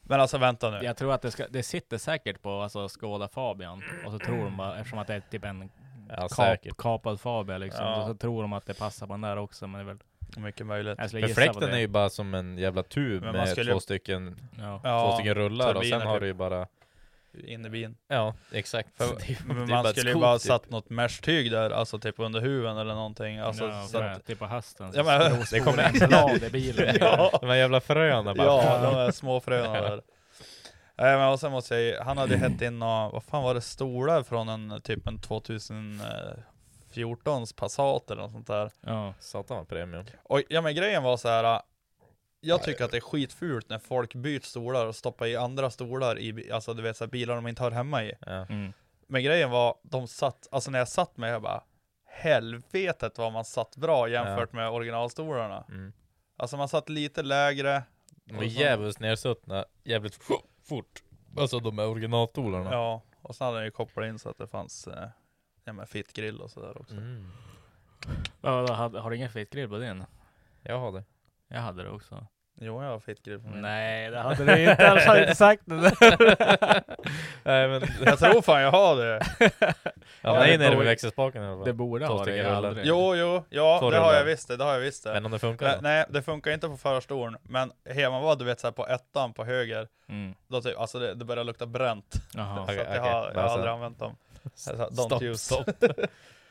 Men alltså vänta nu. Jag tror att det, ska, det sitter säkert på alltså, Skoda Fabian och så tror de bara, eftersom att det är typ en Ja kap, säkert. kapad Fabia liksom, Ja. så, så tror de att det passar på den där också. Men det är väl, Mycket möjligt. jag skulle För gissa på fläkten det. är ju bara som en jävla tub Men man med skulle- två stycken, Ja. Ja. två stycken rullar och sen turbiner har typ. du ju bara in i bin. Ja, exakt. För- Det är ju- det är Men bara man ett skulle ju skop, bara typ. satt nått mesh-tyg där, alltså typ under huven eller någonting. Alltså, ja, så att, för- typ på hösten. Ja, men- Det kommer en blad i bilen. Ja. De här jävla fröna bara. ja, de där små fröna där. Nej men och sen måste jag ju- han hade ju hett in och, vad fan var det, stolar från en typ en 2014 Passat eller något sånt där. Ja. Satan vad premium. Och ja men grejen var så här. jag tycker att det är skitfult när folk byter stolar och stoppar i andra stolar i, bi- alltså du vet så här, bilar de inte hör hemma i. Ja. Mm. Men grejen var, de satt, alltså när jag satt med, jag bara Helvetet vad man satt bra jämfört med originalstolarna. Mm. Alltså man satt lite lägre. De är jävligt nersuttna, jävligt f- fort. Alltså de är originalstolarna. Ja, och sen hade den ju kopplat in så att det fanns eh, ja, men fittgrill och sådär också. Mm. Ja, har, har du ingen fetgrill på din? Jag har det. Jag hade det också. Jo, jag har fittgrill Mm. på min. Nej, det hade du inte. alltså. Annars hade du inte sagt det där. Nej men, Jag tror fan jag har det. ja, Ja, nej, nej, det det borde- är växelspaken i alla fall. Det borde Två ha det. stycken Jag rullar. aldrig. Jo, jo, ja, Sorry, det har jag Ola. visst det, det har jag visst det. Men om det Nej, funkar då? nej, det funkar inte på förarstolen, men hemma var du vet såhär på ettan på höger, Mm. då typ, alltså det, det började lukta bränt. Jaha. så att Okej, jag, okej. har, jag har Alltså- aldrig använt dem. Jag sa, don't Stopp, use. stopp.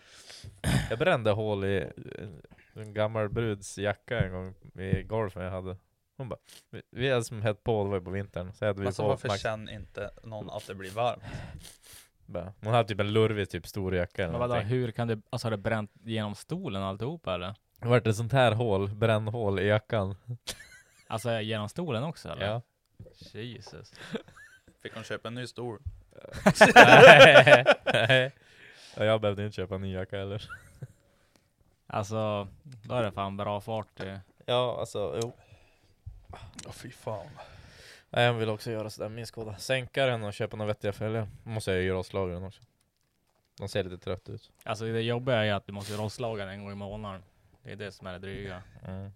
jag brände hål i eh, en gammal bruds jacka en gång i golfen jag hade. Hon bara, vi- vi hade som hett på, det var ju på vintern. Så hade vi Alltså på varför max- känner inte någon att det blir varmt? bara. Hon hade typ en lurvig typ stor jacka eller Men vadå, någonting. hur kan det, alltså har det bränt genom stolen alltihopa eller? Det vart ett sånt här hål, brännhål i jackan. Alltså genom stolen också eller? Ja. Jesus. Fick hon köpa en ny stol? Nej, nej. Och jag behövde inte köpa en ny jacka heller. Alltså, då är det fan bra fart eh. i. Ja, alltså jo. Åh fy fan. Nej, jag vill också göra sådär med min Skoda. Sänka den och köpa några vettiga fälgar. Måste jag ju göra rostlagen också. De ser lite trött ut. Alltså det jobbiga är ju att du måste rostlaga den en gång i månaden. Det är det som är det dryga. Mm.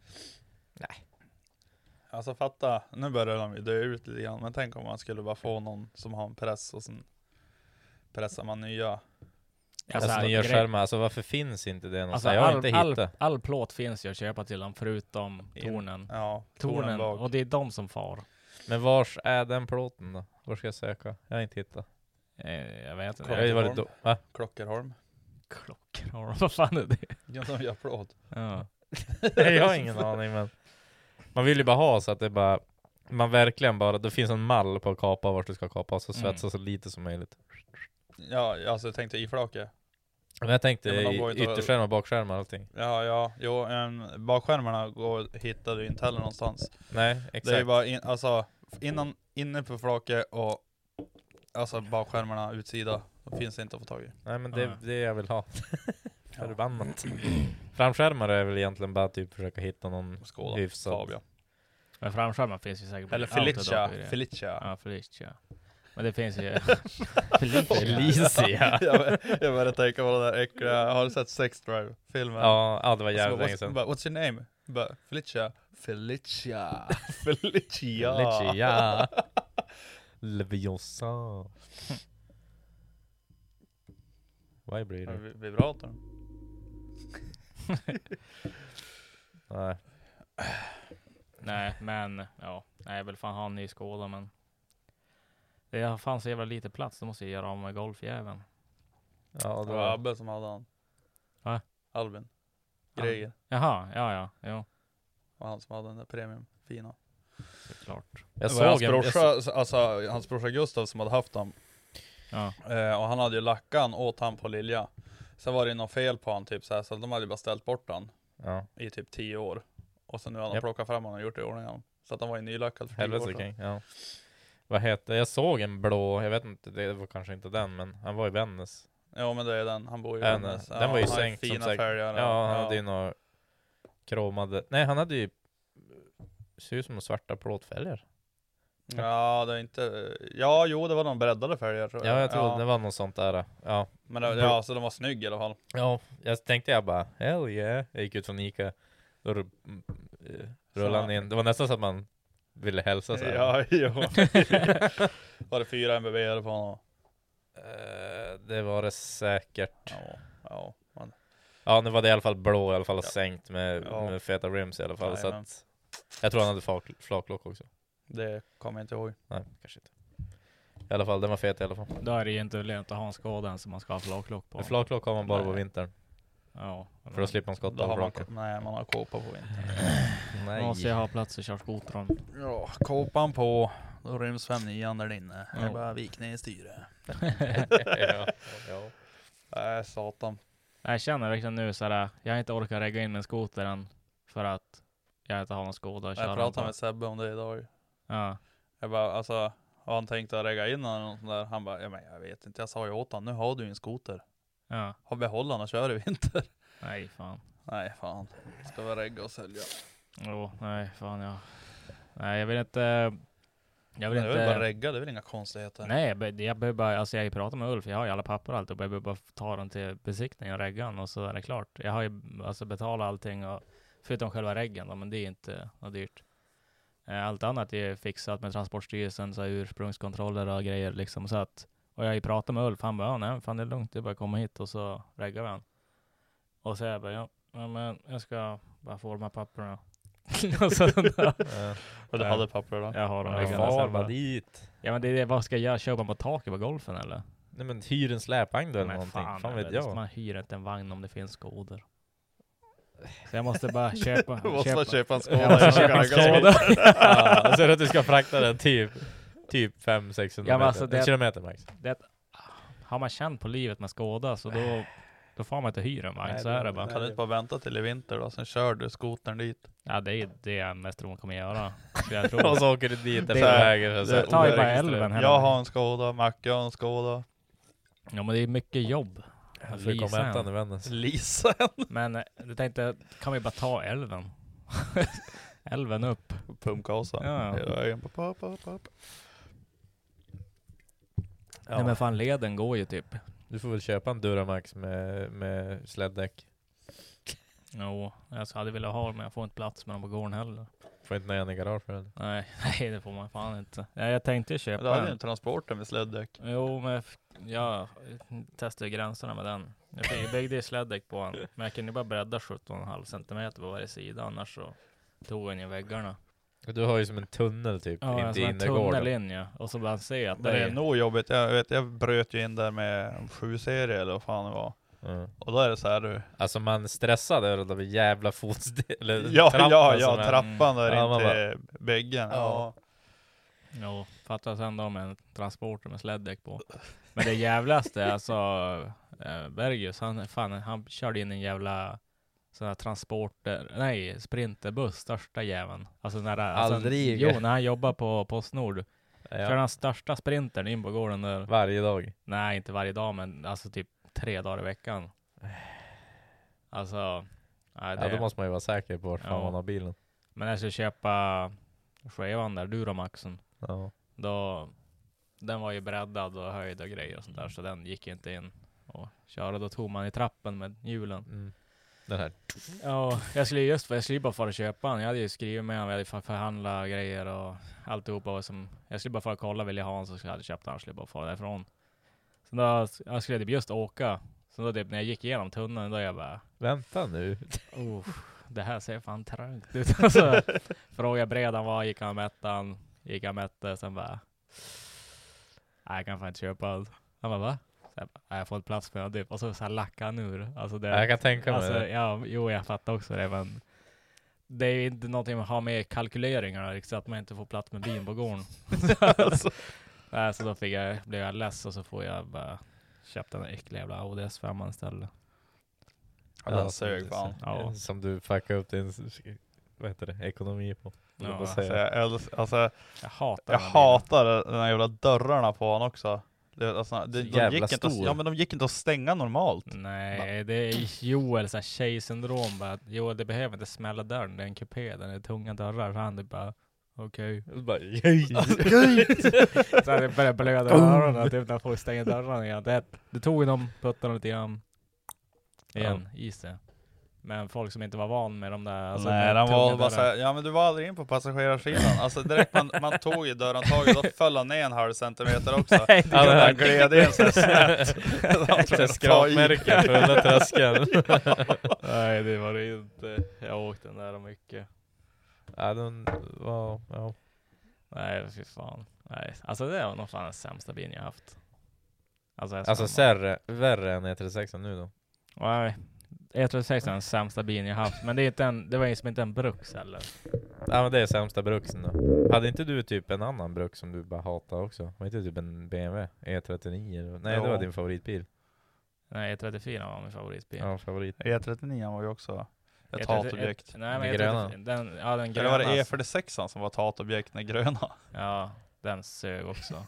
Alltså fatta, nu börjar de ju dö ut lite grann, men tänk om man skulle bara få någon som har en press och sen pressar man nya. Alltså, här, nya grej- skärmar, alltså varför finns inte det någonstans? Alltså, jag har all, inte all, hittat. all plåt finns ju att köpa till dem förutom In- tornen. Ja, tornen Tornen, bak. och det är de som far. Men vars är den plåten då? Var ska jag söka? Jag har inte hittat. Eh, Jag vet Jag inte. har ju varit då. Va? Klockerholm. Klockror, vad fan är det? Ja, de gör plåt. Ja. Nej, jag har ingen aning men Man vill ju bara ha så att det bara Man verkligen bara, det finns en mall på att kapa vart du ska kapa så svetsa Mm. så lite som möjligt Ja, alltså jag tänkte i flaket. Men jag tänkte Ja, men de går i- ju inte att- ytterskärmar, bakskärmar och allting Ja, ja, jo, um, bakskärmarna går, hittade ju inte heller någonstans. Nej Det är ju exakt bara in, alltså, innan, inne på flaket och alltså bakskärmarna utsida, då finns det inte att få tag i. Nej men det är Ja. det jag vill ha Förbannat Framskärmar är väl egentligen bara typ försöka hitta någon Skåla, Hyfsat. Fabia. Men framskärmar finns ju säkert. på Eller Outdoor Felicia, och grejer. Felicia. Ja, Felicia. Men det finns ju... Felicia jag, jag började tänka på den där äckliga, har du sett Sex Drive-filmen? Ja, ja det var Och så jävligt bara, länge what's, sedan bara, what's your name? Bara, Felicia. Felicia. Felicia. Felicia Leviosa Vad blir Ja, det? vi- Vibratorn. Nej Nej, men ja. Nej, jag vill fan ha en ny skåda, men. Det har fan så jävla lite plats. Då måste jag göra om med golfjäveln. Ja, Det det var var... Abbe som hade han. Va? Albin. Greger. Jaha, ja, ja, jo, var han som hade den där premium. Fina. såklart. Jag det var hans såg en... jag brorsa, så- alltså hans brorsa Gustav som hade haft dem. Ja, Eh, och han hade ju lackan åt han på Lilja. Sen var det ju något fel på han typ så här, så de hade ju bara ställt bort han Ja, i typ 10 år. Och sen nu har han Japp. plockat fram han och gjort det i ordning igen. Så att han var ju nylackad för 10 år helvete sedan. okej. Ja. Vad hette... Jag såg en blå, jag vet inte, det var kanske inte den men han var i Vännäs. Ja men det är den, han bor ju i Den- Vännäs. den var ju han har sänkt som fina sagt. fälgar. Ja, och- han hade ju några kromade... Nej, han hade ju... Ser ut som svarta plåtfälgar. ja det är inte, ja jo det var de breddade fälgar tror jag. Ja, jag tror det var något sånt där. Ja, Men det, ja, så de var snygga i alla fall. Ja, jag tänkte jag bara hell yeah. Jag gick ut från Ica. Då ru- mm, eh, rullade han in. Det var nästan så att man ville hälsa så här. Ja, jo. var det fyra MBB på honom? Eh, Det var det säkert. Ja, ja. Man, Ja, nu var det i alla fall blå i alla fall och Ja. sänkt med, Ja. med feta rims i alla fall. så Jajamän. att, jag tror han hade flak, flaklock också. det kommer jag inte ihåg. Nej, kanske inte. I alla fall, den var fet i alla fall. då är det ju inte lönt att ha en skåda än som man ska ha flaklock på. Men flaklock har man bara på Nej. vintern. Ja, För då slipper man skott Då på har man, flaken. nej, man har kåpa på vintern. Man måste ju Nej. ha plats att köra skotern. Ja, kåpan på. Då ryms 59 där inne. Det är Ja. bara vik ner i styret. ja, ja. Nej, satan. Jag känner verkligen nu såhär, jag har inte orkat regga in min skoter än. För att jag inte har någon skåda att köra Jag den pratade på. med Sebbe om det idag. Ja, Jag bara, alltså, har han tänkt att regga in den eller något sånt där? Han bara, ja, men jag vet inte. Jag sa ju åt honom, nu har du ju en skoter. ja. Har behåll den och kör i vinter. Nej fan. Nej, fan. Ska vi regga och sälja? Jo, nej fan ja. Nej jag vill inte. Jag vill Jag vill bara inte. regga, det är väl inga konstigheter? Nej jag, be- jag behöver bara, alltså jag har ju pratat med Ulf, jag har ju alla papper och allt och jag behöver bara ta den till besiktningen och reggan och så är det klart. Jag har ju alltså betalat allting och förutom själva reggen då, men det är inte något dyrt. Eh, Allt annat är fixat med Transportstyrelsen, så här ursprungskontroller och grejer liksom så att. Och jag har ju pratat med Ulf, han bara, ja, nej men fan det är lugnt, det är bara att komma hit och så reggar vi han. Och så jag bara, ja ja, men jag ska bara få de här papperna. och så, Eh, Och du Nej. hade papper då? jag har dem Ja, liggande. far sen bara bara- dit. Ja men det är det, vad ska jag göra? Köpa på taket på golfen eller? Nej men hyr en släpvagn då eller Men någonting. Fan, vet eller? jag. Man hyr inte en vagn om det finns skådor. Så jag måste bara köpa... Du måste köpa en skåda. Jag måste innan du köpa kan en regga skåda. Ja, så är det att du ska frakta den typ, typ 500-600 Ja, men meter. alltså det- En kilometer max. Har man känt på livet med skåda så då, då får man inte hyra en vagn. Nej, så det- är det bara. Man kan du inte bara vänta till i vinter då, sen kör du skotern dit. Ja det är det jag mest tror man kommer göra. Det Jag Och tror. så åker du dit Det- efter vägen. Så, tar ju bara oregistrerat. älven hela Jag vägen. har en Skoda, Macke har en Skoda. Ja men det är mycket jobb. så får du komma och hämta den i Vännäs. Lisa Men eh, jag tänkte, kan vi bara ta älven? älven upp. Pumpgasa. Ja. Hela vägen. Pa, pa, pa, pa, pa. Nej Ja. men fan leden går ju typ. Du får väl köpa en Duramax med, med släddäck. Jo, jag hade velat ha dem men jag får inte plats med dem på gården heller. Får inte nöja den i garage för den. Nej, nej det får man fan inte. Ja, jag tänkte ju Men Då hade köpa du en. en transporter med släddäck. Jo, men jag f- jag testade ju gränserna med den. Jag fick- jag byggde ju släddäck på den, men jag kunde ju bara bredda 17,5 centimeter på varje sida, annars så tog den ju väggarna. Och Du har ju som en tunnel typ, Ja, in alltså till en tunnel innergården. in ja. Och så bara se att Men det är det nog jobbigt. Jag, vet, jag bröt ju in där med 7 serie eller vad fan det var. Ja. Och då är det så här du. Alltså man stressad över de jävla fotstegen, Ja, ja, som ja, är- trappan där Ja, man in till bäggen. Ja. Ja. Jo, fattas ändå med en transporter med släddäck på. Men det jävlaste, är alltså eh, Bergius, han, fan, han körde in en jävla sån här transporter, nej, sprinterbuss, största jäveln. Alltså när, alltså, Aldrig. Jo, när han jobbade på Postnord, körde Ja. han största sprintern in på gården där. Varje dag. Nej, inte varje dag, men alltså typ tre dagar i veckan. Alltså, Ja, nej, det, då måste man ju vara säker på vart fan Ja. man har bilen. men när jag skulle köpa skivan där, Duromaxen, Ja. Då, den var ju breddad och höjd och grejer och sånt där, så den gick inte in och köra. Då tog man i trappen med hjulen. Mm. Den här. Ja, jag skulle ju just jag skulle ju bara fara och köpa den. Jag hade ju skrivit med honom, vi hade för- förhandlat grejer och alltihopa. Vad som, jag skulle bara fara och kolla, ville jag ha en så skulle jag hade köpt den, jag skulle bara fara därifrån. Så då, jag skulle typ just åka. Så då typ när jag gick igenom tunneln, då jag bara Vänta nu. Oh, det här ser fan trögt ut. Alltså, fråga Bredan var, gick han och mätte han, gick han och mätte, sen bara... Nej, jag kan fan inte köpa allt. Han bara va? Så jag, bara, "Nej, jag får inte plats med det. Typ, Och så, så här lackade han ur. Alltså det, Jag kan tänka mig alltså, det. ja, Jo, jag fattar också det, men det är ju inte någonting man har med i kalkyleringarna, liksom, att man inte får plats med bilen på gården. Alltså. Nej, så då fick jag, blev jag less och så får jag bara köpa den där äckliga jävla ODS 5 istället. Ja, den sög fan. Ja. Som du fuckade upp din s- vad heter det, ekonomi på. Ja, Ja, Så jag, älsk- alltså, Jag hatar jag den här bilen. hatar de här jävla dörrarna på honom också. Det, alltså, Så de, de, jävla gick inte att, stor. ja, men de gick inte att stänga normalt. Nej, det är Joel så här tjejsyndrom bara. Joel, det behöver inte smälla dörren, det är en kupé, den är tunga dörrar. Så han typ bara, okej. bara, Så det börjar blöda i öronen typ när folk stänger dörrarna igen. Det, det tog ju dem puttarna lite grann. Igen, i sig. Men folk som inte var van med de där. Alltså, Nej, med den tunga var bara dörrar. såhär, ja men du var aldrig in på passagerarsidan. Alltså direkt man, man tog i dörrhandtaget, då föll han ner en halv centimeter också. Nej, det Ja, gör den här jag inte. gled in såhär snett. Ett skrapmärke på den där tröskeln. Nej, det var det inte. Jag åkte den där mycket. Ja, den var, ja. Nej, fy fan. Nej, alltså det var nog fan den sämsta bilen jag haft. Alltså, jag Alltså ska- särre, värre än E36 nu då. Nej, E36 är den sämsta bilen jag haft, men det, är inte en, det var liksom inte en Bruks heller. Ja men det är sämsta bruksen då. Hade inte du typ en annan bruk som du bara hatade också? Var inte det typ en BMW? E39? Eller? Nej det Jo. var din favoritbil. Nej, E34 var min favoritbil. E Ja, favorit. E39 E var ju också ett E30 hatobjekt. E Nej, men Den gröna. E34, den, ja, den gröna. Eller var det E E46 som var ett hatobjekt, den gröna? Ja, den sög också.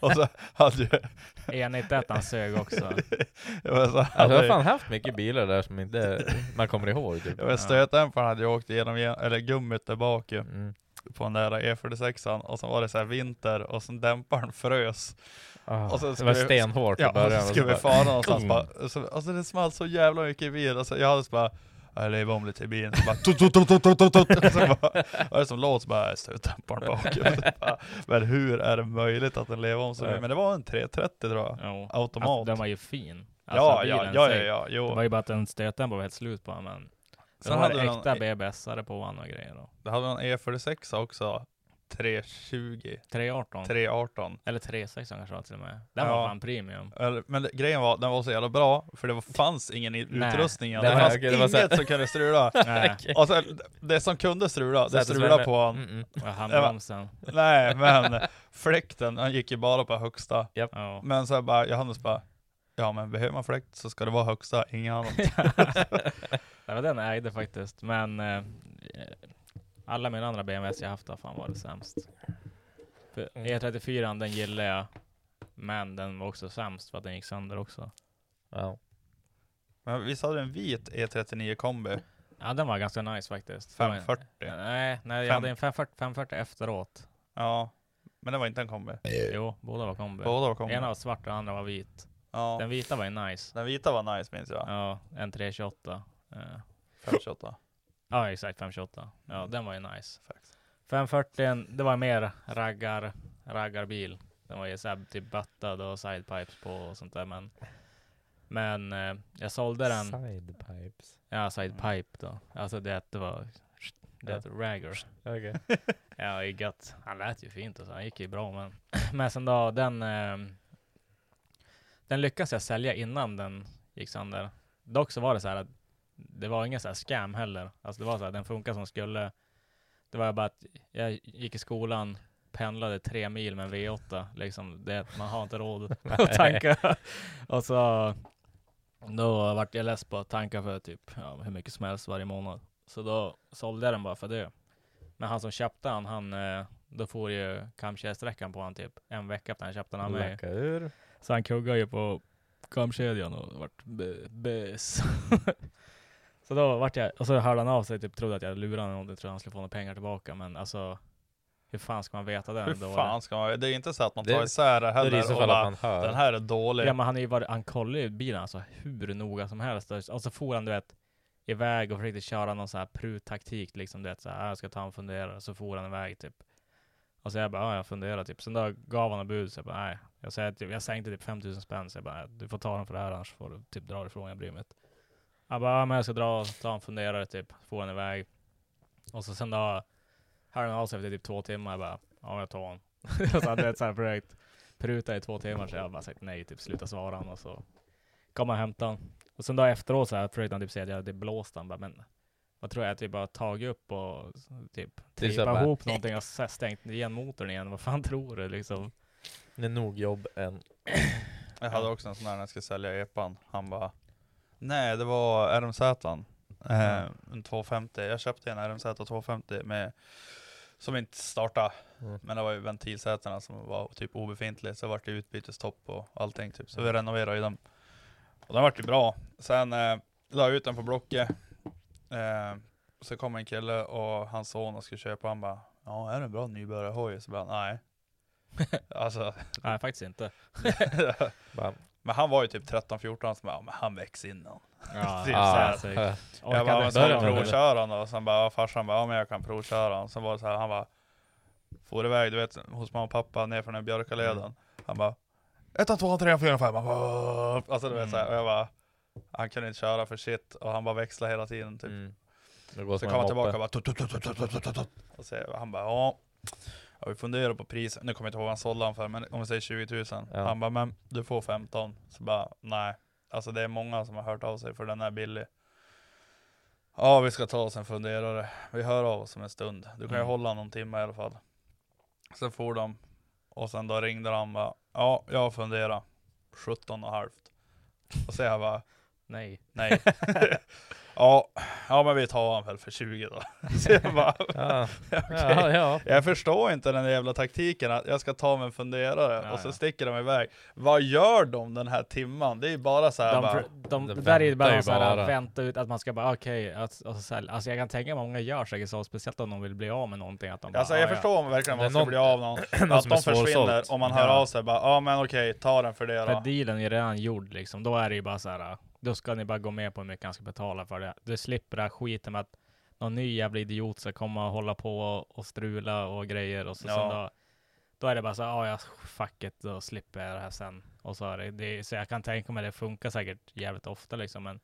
Och så hade ju... E91 sög också. Jag var så Alltså jag har hade, fan haft mycket bilar där som inte man kommer ihåg typ. jag var stötdämparen hade ju åkt igenom, eller gummit där bak ju, Mm. på den där E46an, och sen var det så här vinter, och sen dämparen frös. Ah, Och sen det ska var vi- stenhårt i Ja, och början. så och så skulle vi bara- fara någonstans Kung. bara, så, alltså det small så jävla mycket i bilen, alltså jag hade så bara jag lever om lite i bilen, så bara tut, tut, tut, tut, tut, tut, tut. Och så bara, och det som låt så bara stötdämparen bak. Och så bara, Men hur är det möjligt att den lever om så mycket? Men det var en 330 tror jag, Jo. Alltså, automat. den var ju fin. Alltså, Ja, ja, bilen ja, ja, sög. ja, Det jo. var ju bara att den stöten var helt slut på men Sen Sen var hade det den- äkta BBS-are på honom och grejer då. Det hade en E46 också, 320, 318, 318. eller 316 kanske det var till och med. Den Ja. var fan premium. Eller- Men det, grejen var, den var så jävla bra, för det var, fanns ingen i- Nej. utrustning igen. Nej, Det fanns okej, det var inget så här- som kunde strula. Nej, Och sen, det som kunde strula, det strulade på honom. Mm, mm. och handbromsen. Nej men fläkten, han gick ju bara på högsta. Ja. Men så här bara, Johannes bara, ja men behöver man fläkt så ska det vara högsta, inga annat. Det var den jag ägde faktiskt, men eh, alla mina andra BMWs jag haft har fan varit sämst. För Mm. E34 den gillar jag, men den var också sämst för att den gick sönder också. Ja. Men visst hade du en vit E39 kombi, Ja den var ganska nice faktiskt. Det var en- 540? Nej, nej jag Fem- hade en 540, 540 efteråt. Ja, men det var inte en kombi. Jo, båda var kombi. Båda var kombi. Ena var svart och andra var vit. Ja. Den vita var ju nice. Den vita var nice minns jag, Ja, en 328. Eh, 528. Ja exakt, 528. Ja den var ju nice. Faktiskt. 540, Mm. det var mer raggar, raggarbil. Den var ju såhär typ buttad och sidepipes på och sånt där men Men eh, jag sålde den, Sidepipes. ja sidepipe då. Alltså det, det var, det Ja. hette ragger. Okej. Ja det är gött. Han lät ju fint och så, han gick ju bra men ehm, Men sen då den eh, Den lyckades jag sälja innan den gick sönder. Dock så var det så här att det var ingen så här scam heller. Alltså det var så här, den funkar som skulle. Det var bara att jag gick i skolan, pendlade tre mil med en V8. Liksom det, man har inte råd att tanka. Och så då vart jag less på att tanka för typ ja, hur mycket som helst varje månad. Så då sålde jag den bara för det. Men han som köpte den, han, eh, då får ju kamkedjesträckan på han typ en vecka efter han köpte den av mig. Lacka ur. Så han kuggade ju på kamkedjan och vart bö- bös. så då vart jag, och så hörde han av sig typ trodde att jag lurade honom, trodde han skulle få några pengar tillbaka men alltså hur fan ska man veta det? Hur då? fan ska man, det är inte så att man Det- tar isär det Det är i heller så och fall att bara, man hör. den här är dålig. Ja men han, är ju varit, han kollade ju bilen alltså hur noga som helst. Och så for han du vet iväg och försökte köra någon sån här pruttaktik liksom du vet såhär, jag ska ta en funderare. Så for han iväg typ. Och så jag bara, ja jag funderar typ. Sen då gav han ett bud så jag bara, nej. Jag, säger, typ, jag sänkte typ 5000 spänn så jag bara, nej, du får ta den för det här annars får du typ dra ifrån, jag bryr mig inte. Han bara, ja men jag ska dra, så tar en funderare typ. Får han iväg. Och så sen då hörde han av sig efter typ två timmar. Jag bara, ja jag tar honom. så han Alltså, du vet såhär försökt pruta i två timmar så jag har bara sagt nej, typ sluta svara han och så kom han och hämtade han. Och sen då efteråt så här försökte han typ säga att jag- det blåste han bara, men vad tror jag att vi bara tagit upp och typ Det är så här tejpat bara- ihop någonting och så här stängt igen motorn igen. Vad fan tror du liksom? Det är nog jobb än. Jag hade också en sån där när jag skulle sälja epan. Han bara, nej det var RMZ. Eh, en 250. Jag köpte en RMZ 250 med, som inte startade. Mm. Men det var ju ventilsätena som var typ obefintliga. Så vart det utbytestopp och allting typ. Så vi renoverade ju dem. Och den vart ju bra. Sen eh, la jag ut den på Blocket. Eh, så kom en kille och hans son och skulle köpa. Han bara, ja är det en bra nybörjarhoj? Så bara, nej. alltså. Nej, faktiskt inte. Bara, Men han var ju typ 13-14, så bara, "Ja, men han växer in han. Ah, Ja, Typ så här, så- ja. jag bara, orkade men inte ska börja du svara. med det. provköra honom? Och sen bara, ja, farsan bara, ja men jag kan provköra honom. Sen var det så här, han bara, for iväg du vet, hos mamma och pappa ner från den Björkaleden. Han bara, ettan, tvåan, trean, fyran, femman, upp. alltså du vet så här, och jag bara, han kunde inte köra för shit, och han bara växlade hela tiden typ. Mm. Det går Så som kom han en tillbaka och moppe. bara, tut, tut, tut, tut, tut, tut, tut, tut. och så, han bara, ja. Ja, vi funderar på pris, nu kommer jag inte ihåg vad han sålde han för, men om vi säger 20 000. Ja. Han bara, men du får 15. Så bara, nej. Alltså det är många som har hört av sig för den är billig. Ja, vi ska ta oss en funderare. Vi hör av oss om en stund. Du kan ju Mm. hålla någon timme i alla fall. Sen for de. Och sen då ringde han bara, ja, jag har funderat. 17 och halvt. Och så jag bara, Nej. nej. ja, ja, men vi tar han väl för 20 då. Så jag bara, Ja, okej. ja, ja. jag förstår inte den där jävla taktiken att jag ska ta mig en funderare Ja, och så ja. sticker de iväg. Vad gör de den här timman? Det är ju bara så här De, bara, för, de, De det där är ju väntar bara, ju någon så här, bara. att vänta ut att man ska bara okej, att- alltså, så här- alltså jag kan tänka mig många gör säkert så, speciellt om de vill bli av med någonting. Att de bara, Alltså "Ah, jag ja." förstår om verkligen Det är man ska någon- bli av någon, Någon att som är de försvinner svårsåld. om man hör Ja. av sig bara, ja men okej, ta den för det För då. dealen är ju redan gjord liksom. Då är det ju bara så här. Då ska ni bara gå med på hur mycket han ska betala för det. Du slipper det här skiten med att någon ny jävla idiot ska komma och hålla på och, och strula och grejer. Och så Ja. sen då, då är det bara så här, "Ah, ja, ja, fuck it, då slipper jag det här sen. Och så, är det, det, är- så jag kan tänka mig det funkar säkert jävligt ofta liksom. Men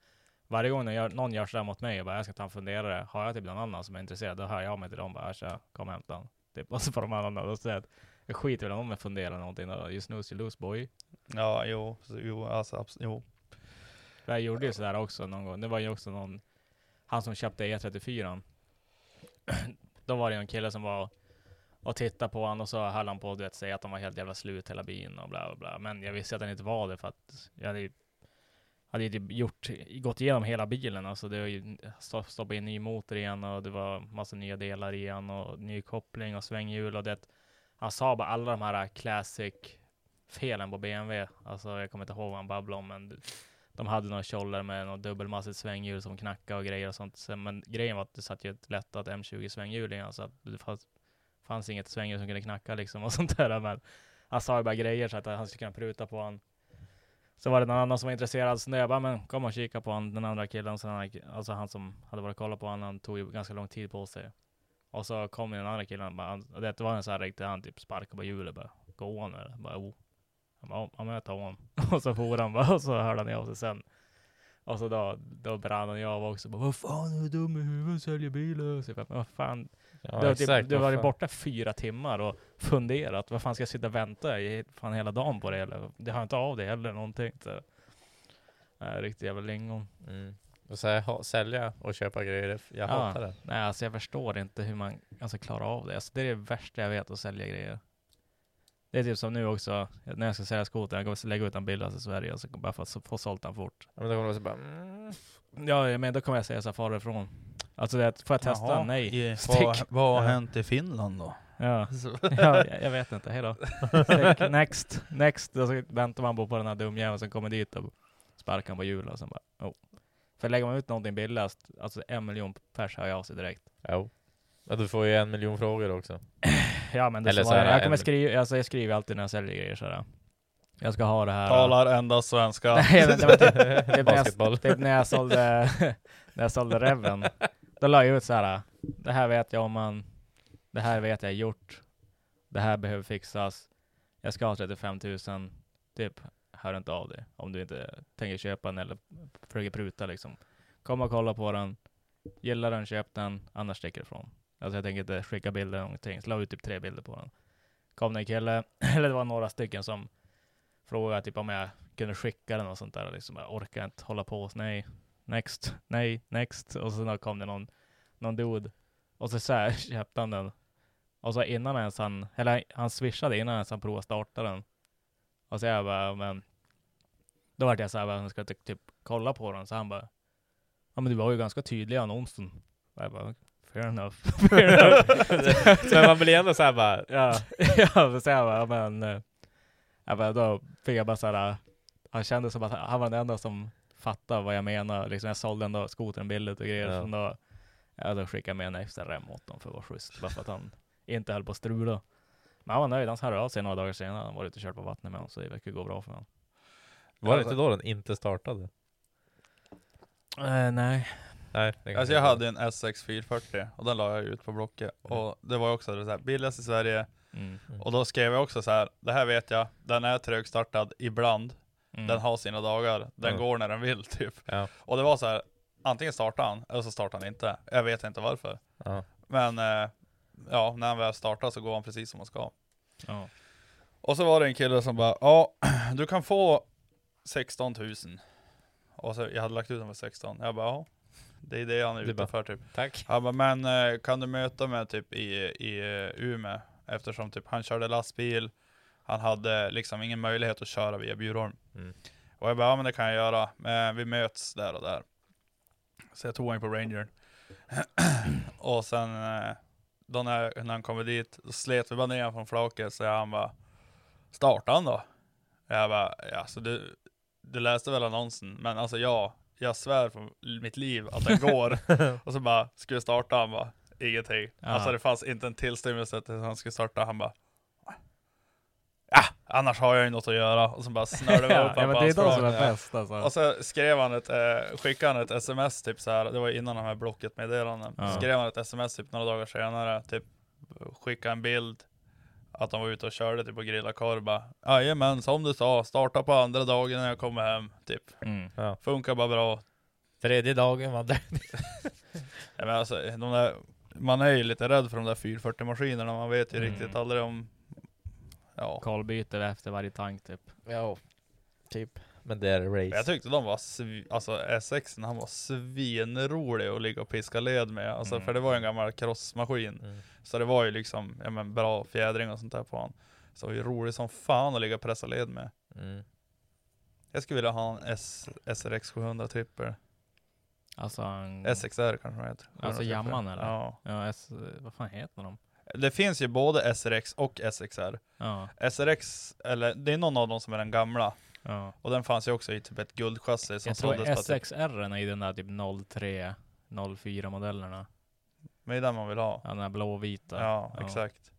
varje gång någon gör, någon gör sådär mot mig och bara, jag ska ta en funderare. Har jag typ någon annan som är intresserad, då hör jag av mig till dem bara, "Äh, tja, kom och hämta honom. Typ. Och så får de andra, då säger jag att jag skiter väl om jag funderar någonting. då. You snooze you lose boy. Ja, jo, så- jo, alltså abs- jo. Jag gjorde ju sådär också någon gång. Det var ju också någon, han som köpte E34. Då var det ju en kille som var och tittade på honom och så höll han på att du vet, säga att de var helt jävla slut hela bilen och bla bla bla. Men jag visste att han inte var det för att jag hade ju hade ju typ gjort, gått igenom hela bilen. Alltså det var ju stå- stoppa in ny motor igen och det var massa nya delar igen och ny koppling och svänghjul och det. Han sa bara alla de här classic felen på BMW. Alltså jag kommer inte ihåg vad han babblade om men de hade några kjoller med något dubbelmassigt svänghjul som knackade och grejer och sånt. Sen- Men grejen var att det satt ju ett lättat M20 svänghjul i den, så att det fanns, fanns inget svänghjul som kunde knacka liksom och sånt där. Men han sa ju bara grejer så att han skulle kunna pruta på han. Så var det någon annan som var intresserad, så jag bara, men kom och kika på han, den andra killen. Sen han, alltså han som hade varit och kollat på han, han tog ju ganska lång tid på sig. Och så kom ju den andra killen, bara, han, och det var en sån här riktig, han typ sparkade på hjulet bara, gå han eller? Bara, oh. Han bara, ja men jag tar honom. Och så for han bara, och så hörde han av sig sen. Och så då, då brann han ju av också. Bara, vad fan är du dum i huvudet, säljer bilen. Så jag bara, men vad fan. ja du har exakt, typ, du har vad varit fan. borta fyra timmar och funderat. Vad fan ska jag sitta och vänta i fan hela dagen på det eller? Det har inte av dig heller någonting. Så. Äh, riktigt jävla lingon. Mm. Och så här, ha, sälja och köpa grejer, det- jag Ja. hatar det. Nej, alltså jag förstår inte hur man alltså, klarar av det. Alltså, det är det värsta jag vet, att sälja grejer. Det är typ som nu också, när jag ska sälja skotern, jag kommer lägga ut den billigast i Sverige, alltså, bara för att så- få sålt den fort. Ja, men då kommer det så bara, mm. Ja, men då kommer jag säga så här, far ifrån. Alltså, det, får jag testa? Nej. i- Stick. Vad, vad har Ja. hänt i Finland då? Ja. Så- ja, jag- jag vet inte, hejdå. Stick. Next, next. Och så väntar man bara på den här dumjäveln som kommer dit och sparkar på hjulet och sen bara, oh. För lägger man ut någonting billigast, alltså en miljon pers hör ju av sig direkt. Jo. Ja, du får ju en miljon frågor också. Ja men det Eller Eller så är det jag kommer en- skriva, alltså jag skriver alltid när jag säljer grejer sådär. Jag ska ha det här. Talar endast svenska. Nej, men det var typ, typ, när Basketboll. jag, typ när jag sålde, när jag sålde Reven. Då la jag ut såhär, det här vet jag om man, det här vet jag gjort, det här behöver fixas, jag ska ha 35 000, typ hör inte av dig om du inte tänker köpa den eller försöker pruta liksom. Kom och kolla på den, gillar den, köp den, annars sticker ifrån. Alltså jag tänker inte skicka bilder eller någonting, så la jag ut typ tre bilder på den. Kom det en kille, eller det var några stycken som frågade typ om jag kunde skicka den och sånt där. Liksom, jag orkar inte hålla på. Nej, next, nej, next. Och sen då kom det någon, någon dude och så, så här, köpte han den. Och så innan ens han, eller han swishade innan ens han provade starta den. Och så jag bara, men då vart jag så här, bara, ska jag typ, typ kolla på den? Så han bara, ja men du var ju ganska tydlig i annonsen. Och jag bara, fair enough. fair enough. så man blir ändå såhär bara, Ja, ja så jag bara, men, eh, jag bara, då fick jag bara såhär, han kände som att han var den enda som fattade vad jag menar. Liksom, jag sålde ändå skotern billigt och grejer. Ja. Så då, ja, då skickade jag med en extra rem åt honom för att vara schysst, bara för att han inte höll på att strula. Men han var nöjd, han hörde av sig några dagar senare, han var ute och körde på vattnet med honom, så det verkar gå bra för honom. var det inte då den inte startade? Eh, nej. Nej, det kan Alltså jag inte. hade en SX 440 och den la jag ut på Blocket. Och det var ju också det så här, billigast i Sverige. Mm. Och då skrev jag också så här, det här vet jag, den är trögstartad ibland. Mm. Den har sina dagar, den Ja. går när den vill typ. Ja. Och det var så här, antingen startar han eller så startar han inte. Jag vet inte varför. Ja. Men eh, ja, när han väl startar så går han precis som han ska. Ja. Och så var det en kille som bara, ja du kan få 16 000. Och så, jag hade lagt ut den för 16. Jag bara, ja det är det han är Du bara- ute för typ. Tack. Han bara, men eh, kan du möta mig typ i, i eh, Umeå? Eftersom typ han körde lastbil, han hade liksom ingen möjlighet att köra via Bjurholm. Mm. Och jag bara, ja men det kan jag göra, men vi möts där och där. Så jag tog honom på Rangern. och sen eh, då när, när han kommer dit, så slet vi bara ner honom från flaket, så han bara, starta han då? Jag bara, alltså du, du läste väl annonsen? Men alltså ja, jag svär på mitt liv att den går. Och så bara, ska vi starta? Han bara, ingenting. Ja. Alltså det fanns inte en tillstymmelse till att han skulle starta. Han bara, ja, annars har jag ju något att göra. Och så bara snörde vi upp ja, honom men på det är hans de som språk. är bäst alltså. Och så skrev han ett, eh, skickade han ett sms typ så här. det var innan de här blocket meddelanden. Ja. Skrev han ett sms typ några dagar senare, typ skicka en bild att de var ute och körde typ och grillade korv bara, Jajamän, som du sa, starta på andra dagen när jag kommer hem, typ. Mm. Funkar bara bra, Tredje dagen var det. Ja, men alltså, de där, man är ju lite rädd för de där 440 maskinerna, man vet ju Mm. riktigt aldrig om... Ja. Kolbyte efter varje tank typ. Ja, typ. Men det är race. Jag tyckte de var, svi- alltså S6 han var svinrolig att ligga och piska led med, alltså, Mm. för det var ju en gammal crossmaskin. Mm. Så det var ju liksom, ja men bra fjädring och sånt där på han. Så det var ju rolig som fan att ligga och pressa led med. Mm. Jag skulle vilja ha en S, SRX 700 trippel. Alltså, en... SXR kanske de heter. 700 Mm. alltså trippel. jamman eller? Ja. Ja, S... vad fan heter de? Det finns ju både SRX och SXR. Ja, SRX, eller det är någon av dem som är den gamla. ja. Och den fanns ju också i typ ett guldchassi som Jag tror såldes på typ, SXR är i den där typ 03, 04 modellerna. men det är den man vill ha. Ja, Den där blåvita. Ja, Ja. exakt.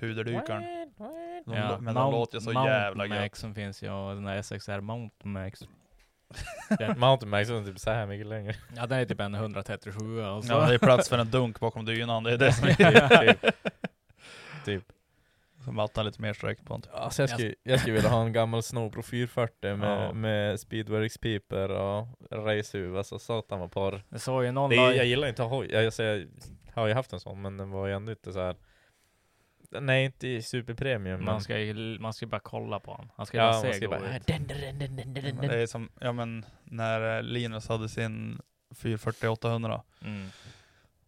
Puderdykaren. De Ja, lå- Men de låter ju så jävla gött. Mountain som finns ju och den där SXR Mountain Max. Mountain Max är typ så här mycket längre. Ja den är typ en alltså. 137 och så. Ja, det är plats för en dunk bakom dynan, det är det som är typ, typ. typ. Så mattan är lite mer sträckt på inte. Alltså jag, skulle, jag skulle vilja ha en gammal Snowpro 440 med, Ja. med speedworks-pipor och racehuv. Alltså satan vad porr. Jag såg ju någon Det la är, ju- jag gillar inte hoj. Jag, alltså, jag har ju haft en sån men den var ju ändå inte så här. inte, nej inte i superpremium. men- Man ska, ju, man ska ju bara kolla på honom. Han ska ju Ja, bara man se ska god bara, "Äh, ut. "Den, den, den, den, den, Det den." är som, ja men när eh, Linus hade sin 440 800 Mm.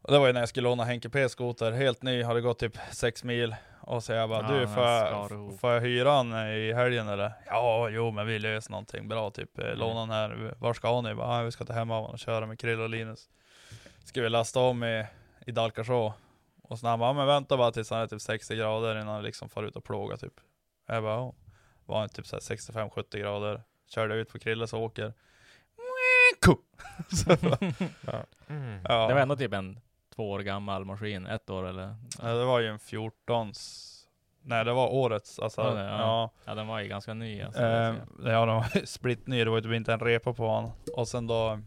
Och det var ju när jag skulle låna Henke P skoter, helt ny, hade gått typ 6 mil. Och så jag bara, Ja, du den får jag, skar ihop. får jag hyra han i helgen eller? Ja, jo men vi löser någonting bra, typ Mm. eh, låna han här, var ska ni? Jag Bara, "Ah, vi ska ta hem av honom och köra med Krill och Linus. Ska vi lasta om i, i Dalkarså? Och sen han bara, "Ja, men vänta bara tills han är typ 60 grader innan han liksom far ut och plåga typ. Jag bara, "Ja." var han typ så här 65-70 grader. Körde ut på Krilles åker. Så, Mm. ja. Det var ändå typ en två år gammal maskin. Ett år eller? Ja, det var ju en 14 Nej det var årets, alltså Var det? ja. Ja. Ja, Ja, den var ju ganska ny. Alltså, ehm, ja den var ju splittny, det var ju typ inte en repa på han Och sen då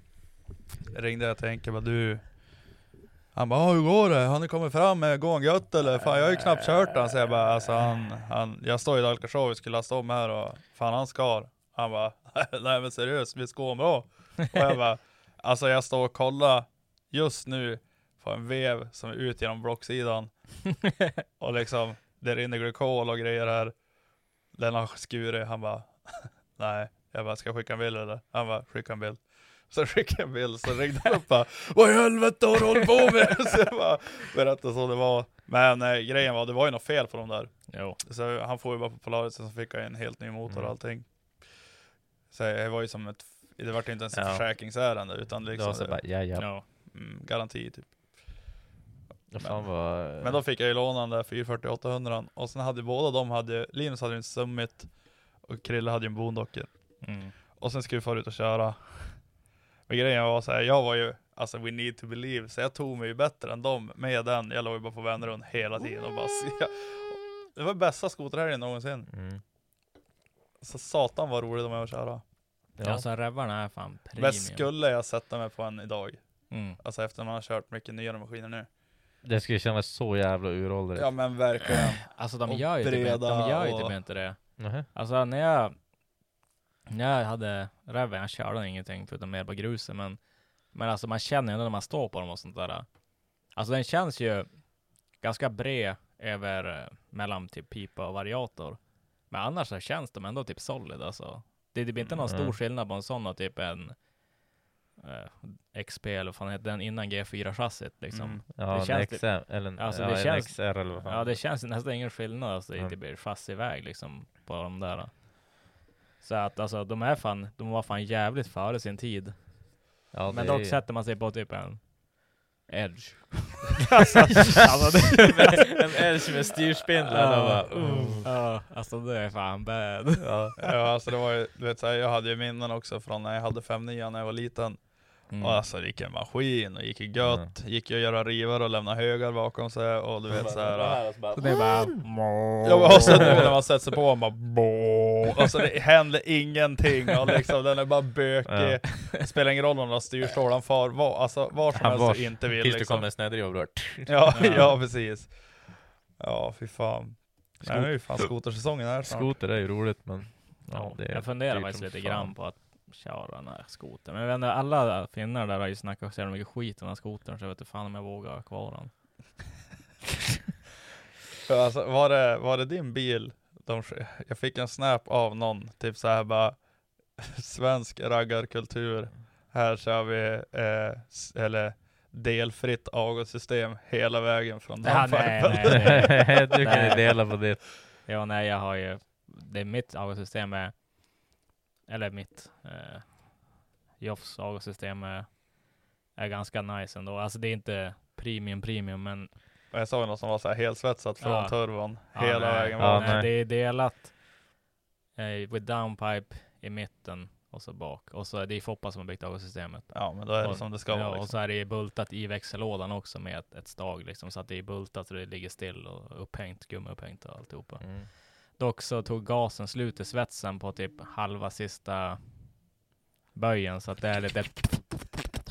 ringde jag till Henke bara du Han bara "Ja, hur går det? Har ni kommit fram? Eh, Går han gött eller? Fan jag har ju knappt kört han så jag bara alltså han, han Jag står i Dalkarså, vi skulle lasta om här och fan han skar Han bara nej men seriöst, vi skår bra Och jag bara alltså jag står och kollar just nu på en vev som är ut genom blocksidan och liksom, det rinner glykol och grejer här. Den har skurit. Han bara, nej. Jag bara, ska jag skicka en bild eller? Han bara, skicka en bild. Så skickade jag en bild, så ringde han upp bara, Vad i helvete har du hållit på med? Så jag bara, berättade så det var. Men eh, grejen var, det var ju något fel på dem där. jo. Så han får ju bara på Polaris, sen så fick han en helt ny motor och Mm. allting. Så det var ju som ett, det var ju inte ens ett Ja. försäkringsärende utan Det var liksom, så bara, ja ja. Ja. mm, garanti typ. ja. Fan vad... Men då fick jag ju låna den där 440-800 och sen hade båda de hade, Linus hade ju en Summit och Krille hade ju en Boondocker. Mm. Och sen skulle vi fara ut och köra. Men grejen var så här, jag var ju, alltså we need to believe, så jag tog mig ju bättre än dem med den. Jag låg ju bara på vändrund hela tiden och bara se. Det var bästa skoterhelgen någonsin. Mm. Så satan vad roligt de var att köra. Ja. Alltså rävarna är fan premium. Men skulle jag sätta mig på en idag? Mm. Alltså efter man har kört mycket nyare maskiner nu. Det skulle kännas så jävla uråldrigt. Ja men verkligen. Alltså de Och gör ju, typ, inte- breda de gör ju och- typ inte det. Nähä. Alltså när jag, när jag hade räven, jag körde ingenting förutom mer på gruset, men, men alltså man känner ju ändå när man står på dem och sånt där. Alltså den känns ju ganska bred över, eh, mellan typ pipa och variator. Men annars så känns de ändå typ solid alltså. Det, det blir inte någon Mm. stor skillnad på en sån och typ en eh, XP eller vad fan heter den innan G4-chassit liksom. Mm. Ja, Det en känns XM, typ- eller en, Alltså, ja, det en känns- XR eller vad fan. Ja det känns nästan ingen skillnad alltså, Mm. det blir fast iväg liksom på de där. Så att alltså de är fan, de var fan jävligt före sin tid. Ja, Men det är dock ju- sätter man sig på typ en Edge. alltså, alltså, det, En Edge med styrspindlar. och ja, Mm. bara, uh. ja, alltså det är fan bad. Ja, ja alltså det var ju, du vet så här, jag hade ju minnen också från när jag hade 5-9 när jag var liten. Mm. Och alltså det gick en maskin och gick ju gött, gick ju att göra rivar och lämna högar bakom sig och du vet såhär. Så det är bara... Ja men och sen då när man sätter sig på man bara bo. Alltså det händer ingenting och liksom den är bara bökig. Det spelar ingen roll om den har styrstål, han far var, alltså, var som Han helst och vars, inte vill tills det liksom. kommer en snödriva och bara... Ja, Ja. ja precis. Ja fy fan. Nej nu är ju fan skotersäsongen här snart. Skoter är ju roligt men... Ja, Ja, det är jag funderar dyrt faktiskt som lite fan. grann på att köra den här skotern. Men jag vet inte, alla finnar där har ju snackat så jävla mycket skit om den här skotern så jag vet inte fan om jag vågar ha kvar den. Ja, Alltså, var, det, var det din bil? De, sk- jag fick en snap av någon, typ så här bara Svensk raggarkultur, här kör vi eh, s- eller delfritt avgassystem hela vägen från Ja, nej, Dampfärgen. nej, nej. du kan ju dela på det. Ja, nej, jag har ju, det är mitt avgassystem är, eller mitt, eh, Joffs avgassystem är, är ganska nice ändå. Alltså det är inte premium premium, men Men Jag såg någon som var så här helsvetsad från Ja. turvon ja, hela nej, vägen ja, bak. nej, nej. det är delat eh, with downpipe i mitten och så bak. Och så är det Foppa som har byggt avgassystemet. Ja men då är det Och- som det ska Ja, vara och liksom. så är det ju bultat i växellådan också med ett, ett stag liksom, så att det är bultat så det ligger still och upphängt, gummiupphängt och alltihopa. Mm. Dock så tog gasen slut i svetsen på typ halva sista böjen så att det är lite...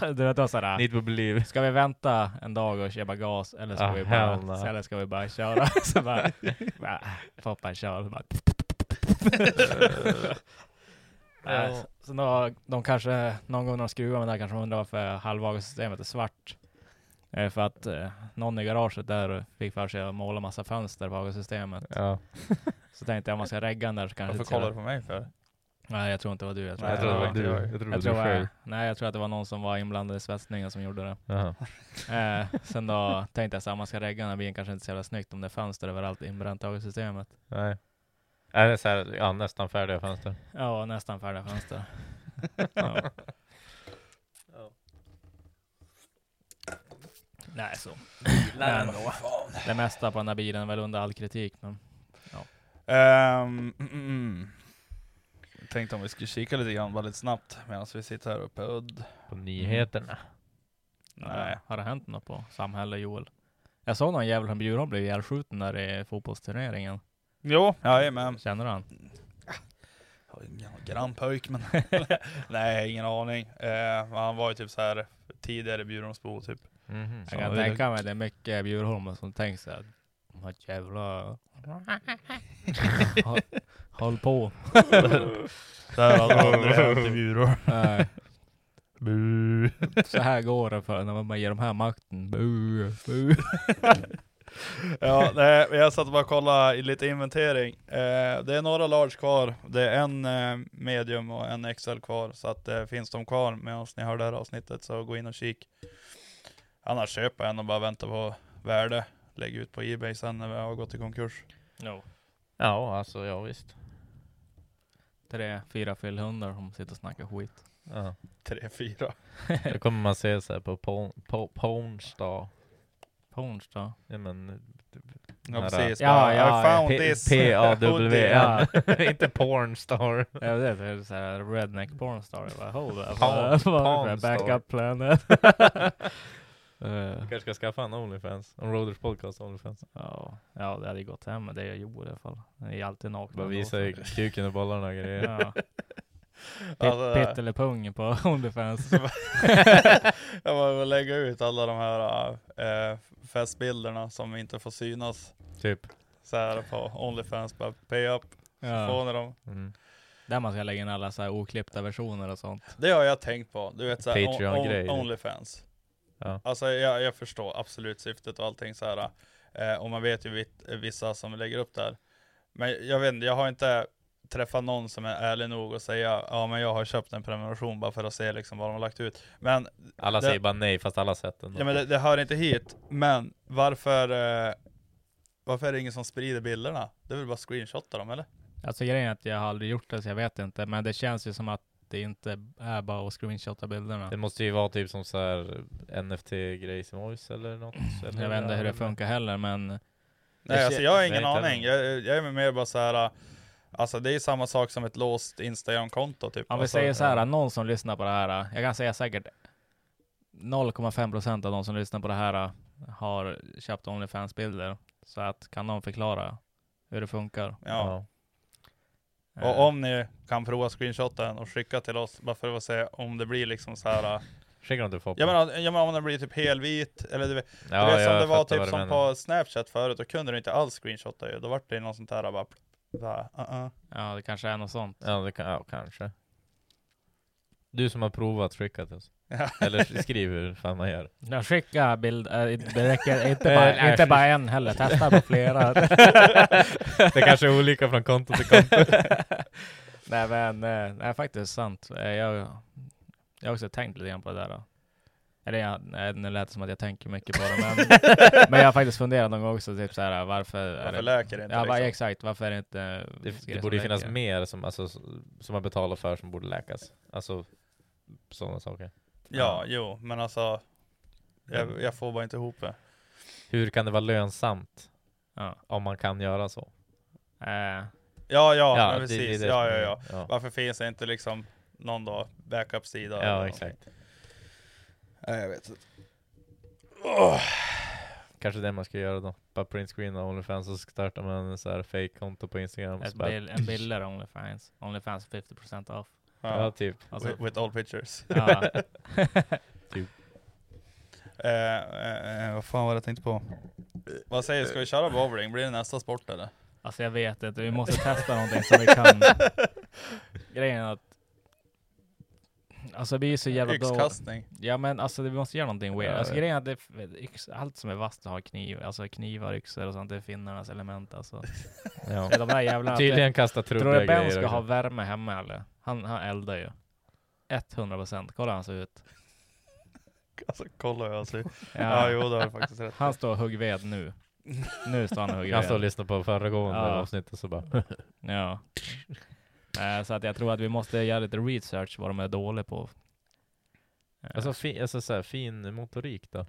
Du vet, det var sådär, Need to believe. ska vi vänta en dag och köpa gas eller ska, Ah, vi, hell no. bara, eller ska vi bara köra? så bara, bara, Foppa kör. Så bara, Nej, Ja. så då, de kanske, någon gång när de skruvar med det här kanske de undrar varför halvvagelsystemet är svart. Eh, För att eh, någon i garaget där fick för sig att måla massa fönster på Hagasystemet. Ja. Så tänkte jag om man ska regga den där så kanske Varför inte ska- kollar du på mig för? Nej jag tror inte det var du. Jag tror, Nej, att jag det tror var, det var du. Jag tror det var jag du tror, själv. jag, nej, jag tror att det var någon som var inblandad i svetsningen som gjorde det. Jaha. Eh, sen då tänkte jag så här, man ska regga den här bilen kanske inte är så jävla snyggt om det är fönster överallt inbränt i Hagasystemet. Nej. Är det så här, ja, nästan färdiga fönster? Ja, nästan färdiga fönster. ja. Nej, så. Nej, men Det mesta på den här bilen är väl under all kritik. Men Ehm, mm, mm. Tänkte om vi skulle kika lite grann bara lite snabbt medan vi sitter här uppe. Udd. På nyheterna? Nej. eh, har det hänt något på samhälle, Joel? Jag såg någon jävel från Bjurholm blev ihjälskjuten där i fotbollsturneringen. Jo, jajamän. Känner du han? Jag har ingen grann pojk men Nej, ingen aning. Eh, men han var ju typ så här tidigare Bjurholmsbo typ. Mhm. Jag Ja, kan det är tänka mig att det är mycket Bjurholm som tänker så här. De här jävla... Håll- Håll på. Det här hade aldrig hänt i Bjurholm. Nej. Så här går det för när man ger de här makten. Bu, bu. Ja, nej, men jag satt och bara och kollade i lite inventering. Eh, det är några large kvar. Det är en eh, medium och en XL kvar. Så att eh, finns de kvar medan ni hör det här avsnittet så gå in och kik. Annars köper jag en och bara vänta på värde. Lägg ut på Ebay sen när vi har gått i konkurs. No. Ja, alltså ja visst. Tre, fyra fyllhundar som sitter och snackar skit. Ja. 3-4. Då kommer man se så här på porn- på- Pornstar. På onsdag. Ja, men, Ja Nära. precis. Ja, Bara, ja, I found P- this. hoodie. P-A-W-N. Inte Pornstar. Jag vet, det är såhär redneck pornstar. Jag bara, hold up. Porn- Vad- Vad är det för pornstar. backup planet? Eh, kanske ska skaffa en Onlyfans. En Roaders podcast Onlyfans. ja, ja, det hade ju gått hem med det jag gjorde i alla fall. Jag är alltid naken. Bara ändå, visa så- kuken och bollarna och grejer. Ja. Alltså- Pet- Pett eller pung på Onlyfans. jag bara vill lägga ut alla de här eh, festbilderna som inte får synas. Typ. Så här på Onlyfans, bara pay up. Ja. Får ni dem? Mm. Där man ska lägga in alla så här oklippta versioner och sånt. Det har jag tänkt på, du vet såhär, on, Patreon-grej. on, Onlyfans. Ja. Alltså jag, jag förstår absolut syftet och allting så här. Eh, och man vet ju vit, vissa som lägger upp där. Men jag vet inte, jag har inte träffat någon som är ärlig nog och säga ja men jag har köpt en prenumeration bara för att se liksom vad de har lagt ut. Men, Alla Det- säger bara nej fast alla har sett den. ja, men det, det hör inte hit. Men varför, eh, varför är det ingen som sprider bilderna? Det är väl bara att screenshotta dem eller? Alltså grejen är att jag har aldrig gjort det så jag vet inte. Men det känns ju som att det inte är bara att screenshotta bilderna. Det måste ju vara typ som så här NFT-grejsimojs eller något. Eller Mm. Jag vet inte hur det funkar heller men Nej, Jag alltså ser- jag har jag ingen vet inte aning. Jag, jag är mer bara så här. Alltså det är samma sak som ett låst Instagram-konto typ. Om vi alltså, säger så här, någon som lyssnar på det här, jag kan säga säkert 0,5% av de som lyssnar på det här har köpt Onlyfans-bilder. Så att kan de förklara hur det funkar? Ja. Eh, Och om ni kan prova screenshoten och skicka till oss, bara för att se om det blir liksom så här. Skicka dem till Foppa. Jag menar, jag menar om den blir typ helvit, eller du vet, Ja, du vet som jag det var fattar typ vad du som menar. på Snapchat förut, då kunde du inte alls screenshotta ju. Då vart det någon sånt här bara, bara uh-uh. Ja, det kanske är något sånt. Ja, det kan, ja, kanske. Du som har provat, skicka till oss. Ja. Eller skriv hur fan man gör. Jag skickar bild, eh, det räcker inte Eh, bara, inte nej, bara en heller, testa på flera. det kanske är olika från konto till konto. nej men, eh, det är faktiskt sant. Eh, Jag, jag har också tänkt lite grann på det där. Då. Eller jag, nej, nu lät det som att jag tänker mycket på det, men, men jag har faktiskt funderat någon gång också, typ så här, varför, är Varför det läker det inte Ja, va- liksom? exakt. Varför är det inte... Det, ska det som borde ju finnas läker? mer som, alltså, s- som man betalar för som borde läkas. Alltså sådana saker. Ja, jo, men alltså. Jag, jag får bara inte ihop det. Hur kan det vara lönsamt Ja. om man kan göra så? Eh, Ja, ja, Ja, men det- det är precis. det ja, som ja, är- ja. ja. Varför finns det inte liksom någon då backup-sida? eller Ja, något? exakt. Nej, jag vet inte. Kanske det man ska göra då. Bara printscreena Onlyfans och så startar man en så här fake konto på Instagram. och ett så bara- bil, en billigare Onlyfans. Onlyfans 50% off. Ja, Ja. typ. Alltså, With, with all pictures. ja. Eh, eh, eh, vad fan var det jag tänkte på? Vad säger du, ska vi köra bowling? Blir det nästa sport eller? alltså jag vet inte, vi måste testa någonting som vi kan. Grejen är att Alltså vi är så jävla dåliga. Yxkastning. Ja men alltså vi måste göra någonting weird. Ja, Alltså jag grejen är att det, yx, allt som är vasst har kniv, alltså knivar, yxor och sånt, det är finnarnas element alltså. Ja. Det är de där jävlarna. Tydligen kasta trubbiga Tror du grejer Ben ska också. ha värme hemma eller? Han, han eldar ju. 100% kolla hur han ser ut. Alltså kolla hur jag ser ut. Ja. Ja jo det har du faktiskt rätt. Han står och hugger ved nu. Nu står han och hugger Jag står och ved. lyssnar på föregående Ja. avsnitt och så bara Ja. Eh, Så att jag tror att vi måste göra lite research vad de är dåliga på. Eh, Alltså, fi, alltså så här, fin motorik då?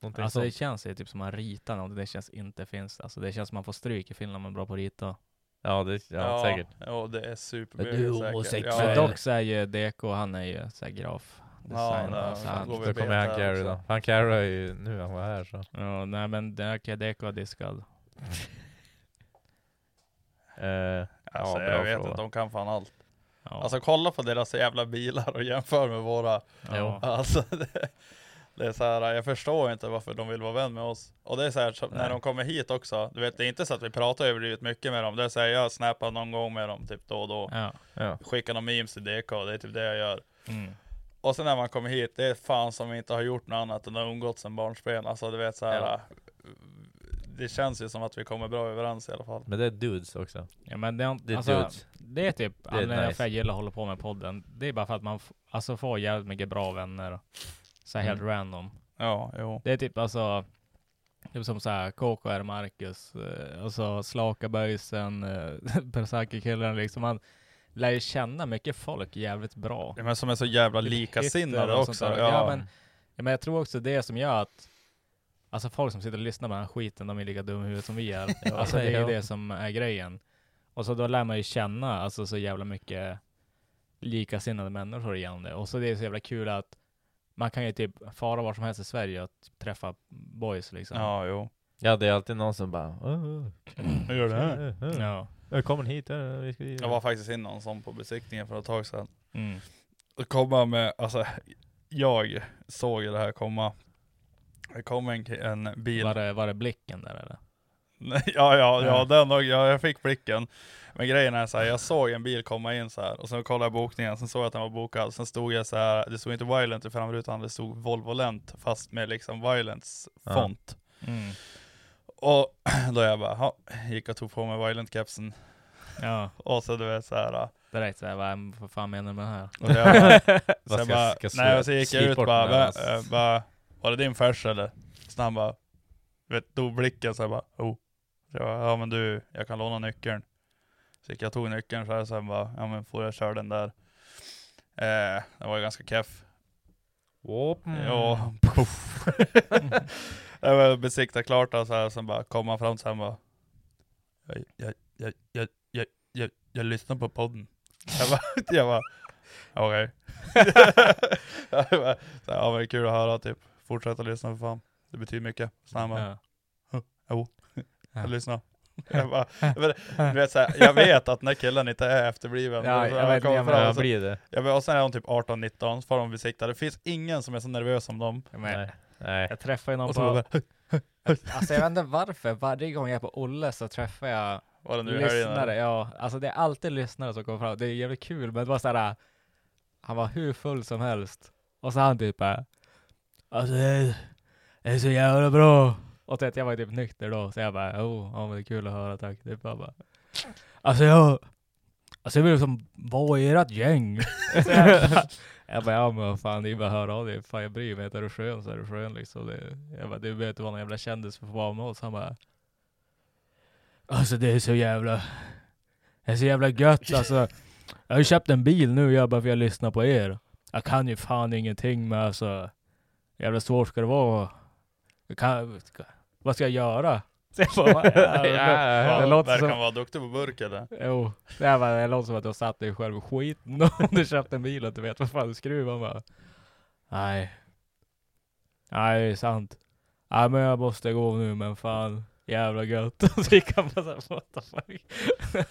Någonting Alltså det sånt? känns ju typ som man ritar något, det känns inte finns. Alltså det känns som man får stryk i Finland om man är bra på att rita. Ja, det, ja, säkert. Ja det är supermycket Du är säkert. homosexuell. Men Ja, dock så är ju DK, han är ju så här graf. Designer, ja, så han han, går Då vi kommer han beta Gary också. då. alltså. Han Gary är ju nu han var här så. ja, nej men den här kan DK är diskad. Eh, Alltså, ja, jag bra vet fråga. inte, de kan fan allt. Ja. Alltså kolla på deras jävla bilar och jämför med våra. ja. Alltså, det, det är så här, jag förstår inte varför de vill vara vän med oss. Och det är så här, så, när Nej. de kommer hit också, du vet, det är inte så att vi pratar överdrivet mycket med dem. Det är så här, jag snappar någon gång med dem typ då och då. ja. ja. Skickar några memes till DK, det är typ det jag gör. Mm. Och sen när man kommer hit, det är fan som vi inte har gjort något annat än att umgått sedan barnsben. Alltså du vet så här, Ja. det känns ju som att vi kommer bra överens i alla fall. Men det är dudes också. Ja men det, Det är alltså, dudes. det är typ är anledningen nice. för att jag gillar att hålla på med podden. Det är bara för att man f- alltså, får jävligt mycket bra vänner. Så här helt Mm. random. Ja, jo. Det är typ alltså, typ som såhär KKR Marcus, eh, alltså Slaka Böjsen, Persaki-killen liksom. Man lär ju känna mycket folk jävligt bra. Men som är så jävla Typ likasinnade Hitler och sånt också. där. Ja. Ja, men, ja, men jag tror också det som gör att Alltså folk som sitter och lyssnar på den här skiten, de är lika dumma i huvudet som vi är. Alltså det är ju Ja. det som är grejen. Och så då lär man ju känna alltså så jävla mycket likasinnade människor igenom det. Och så det är så jävla kul att man kan ju typ fara var som helst i Sverige och träffa boys liksom. ja, jo. Ja, det är alltid någon som bara "Åh, Hur gör det här? eh, eh, Ja. Välkommen hit. eh, vi ska- Jag var faktiskt inne någon sån på besiktningen för ett tag sedan. Mm. Då kom han med, alltså jag såg ju det här komma. Det kom en, ki- en bil. Var, det, var det blicken där eller? Nej, ja, ja, ja, Ja. den, och- ja, jag fick blicken. Men grejen är så här, jag såg en bil komma in så här och sen kollade jag bokningen, sen såg jag att den var bokad. Sen stod jag så här, det stod inte violent i framrutan, det stod volvolent fast med liksom violence Ja. font. Mm. Och då jag bara, "Ha." gick och tog på mig violent kepsen Ja, och så du vet så här. direkt såhär, vad vad fan menar du med det här? Och jag bara, Vad Sen ska- bara, ska slå- nej, och så gick jag slip ut bort bara, den här, "Va- alltså." eh, bara, var det din färs eller? Så han bara, vet, tog blicken så jag bara, oh. Så jag bara, ja men du, jag kan låna nyckeln. Så gick jag och tog nyckeln så här, sen bara, ja men får jag köra den där? Eh, den var ju ganska keff. Whoop. Mm. Ja, poff. jag var besiktad klart och så här, sen bara kom han fram så han bara, jag, jag, jag, jag, jag, jag, jag lyssnar på podden. Jag bara, jag bara okej. Jag bara, så här, ja men det är kul att höra typ, fortsätta lyssna för fan. Det betyder mycket. Så han bara, Ja. jag lyssnar. Jag, bara, men, du vet, så här, jag vet att den här killen inte är efterbliven. Ja, Så jag han vet, kommer jag fram och Ja, så- blir det? jag bara, och sen är de typ 18-19, så får de besikta. Det finns ingen som är så nervös som dem. Men, Nej. Nej. Jag träffade ju någon Och så på... bara, Alltså jag vet inte varför, varje gång jag är på Olle så träffar jag vad är det nu i helgen? lyssnare. Ja, alltså det är alltid lyssnare som kommer fram. Det är jävligt kul, men det var såhär, han var hur full som helst. Och så han typ bara, alltså det är, det är så jävla bra. Och så att jag var typ nykter då, så jag bara, oh, ja men det är kul att höra tack. Typ jag bara, alltså jag, alltså jag vill liksom vara i ert gäng. Så jag, bara- jag bara, ja men vad fan det är bara att höra av dig. Fan jag bryr mig inte, är du skön så är du skön liksom. Det, jag bara, du behöver inte vara någon jävla kändis för att få vara med oss. Han bara, Alltså det är så jävla... Det är så jävla gött alltså. Jag har ju köpt en bil nu jag bara för jag lyssnar på er. Jag kan ju fan ingenting men alltså... Jävla svårt ska det vara. Jag kan, ska, vad ska jag göra? Så jag bara, Ja, ja, ja, Ja, ja. Det låter verkar som- han vara duktig på burk eller? jo, det här var, det låter som att du har satt dig själv i skiten om du köpt en bil och inte vet vad fan du skruvar bara. Nej. Nej, det är sant. Nej men jag måste gå nu men fan. Jävla gött. Och så gick han bara såhär, what the fuck.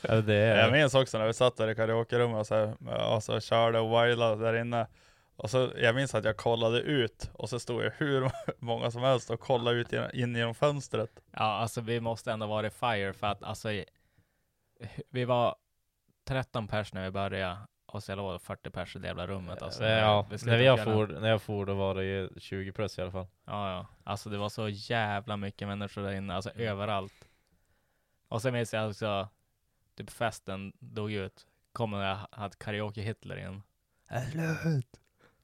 Ja, det är Jag minns också när vi satt där i karaokerummet och så, här, och så körde och wilade där inne. Och så, jag minns att jag kollade ut och så stod jag hur många som helst och kollade ut genom- in genom fönstret. Ja, alltså vi måste ändå vara i fire för att alltså i- vi var 13 pers när vi började Och så jag låg 40 pers i det jävla rummet alltså. ja, Vid slutet när jag av kvällen. for, när jag for då var det ju 20 plus i alla fall. Ja, ja. Alltså det var så jävla mycket människor där inne, alltså överallt. Och sen minns jag också, typ festen dog ut, kom när jag hade karaoke-Hitler igen. Hellut!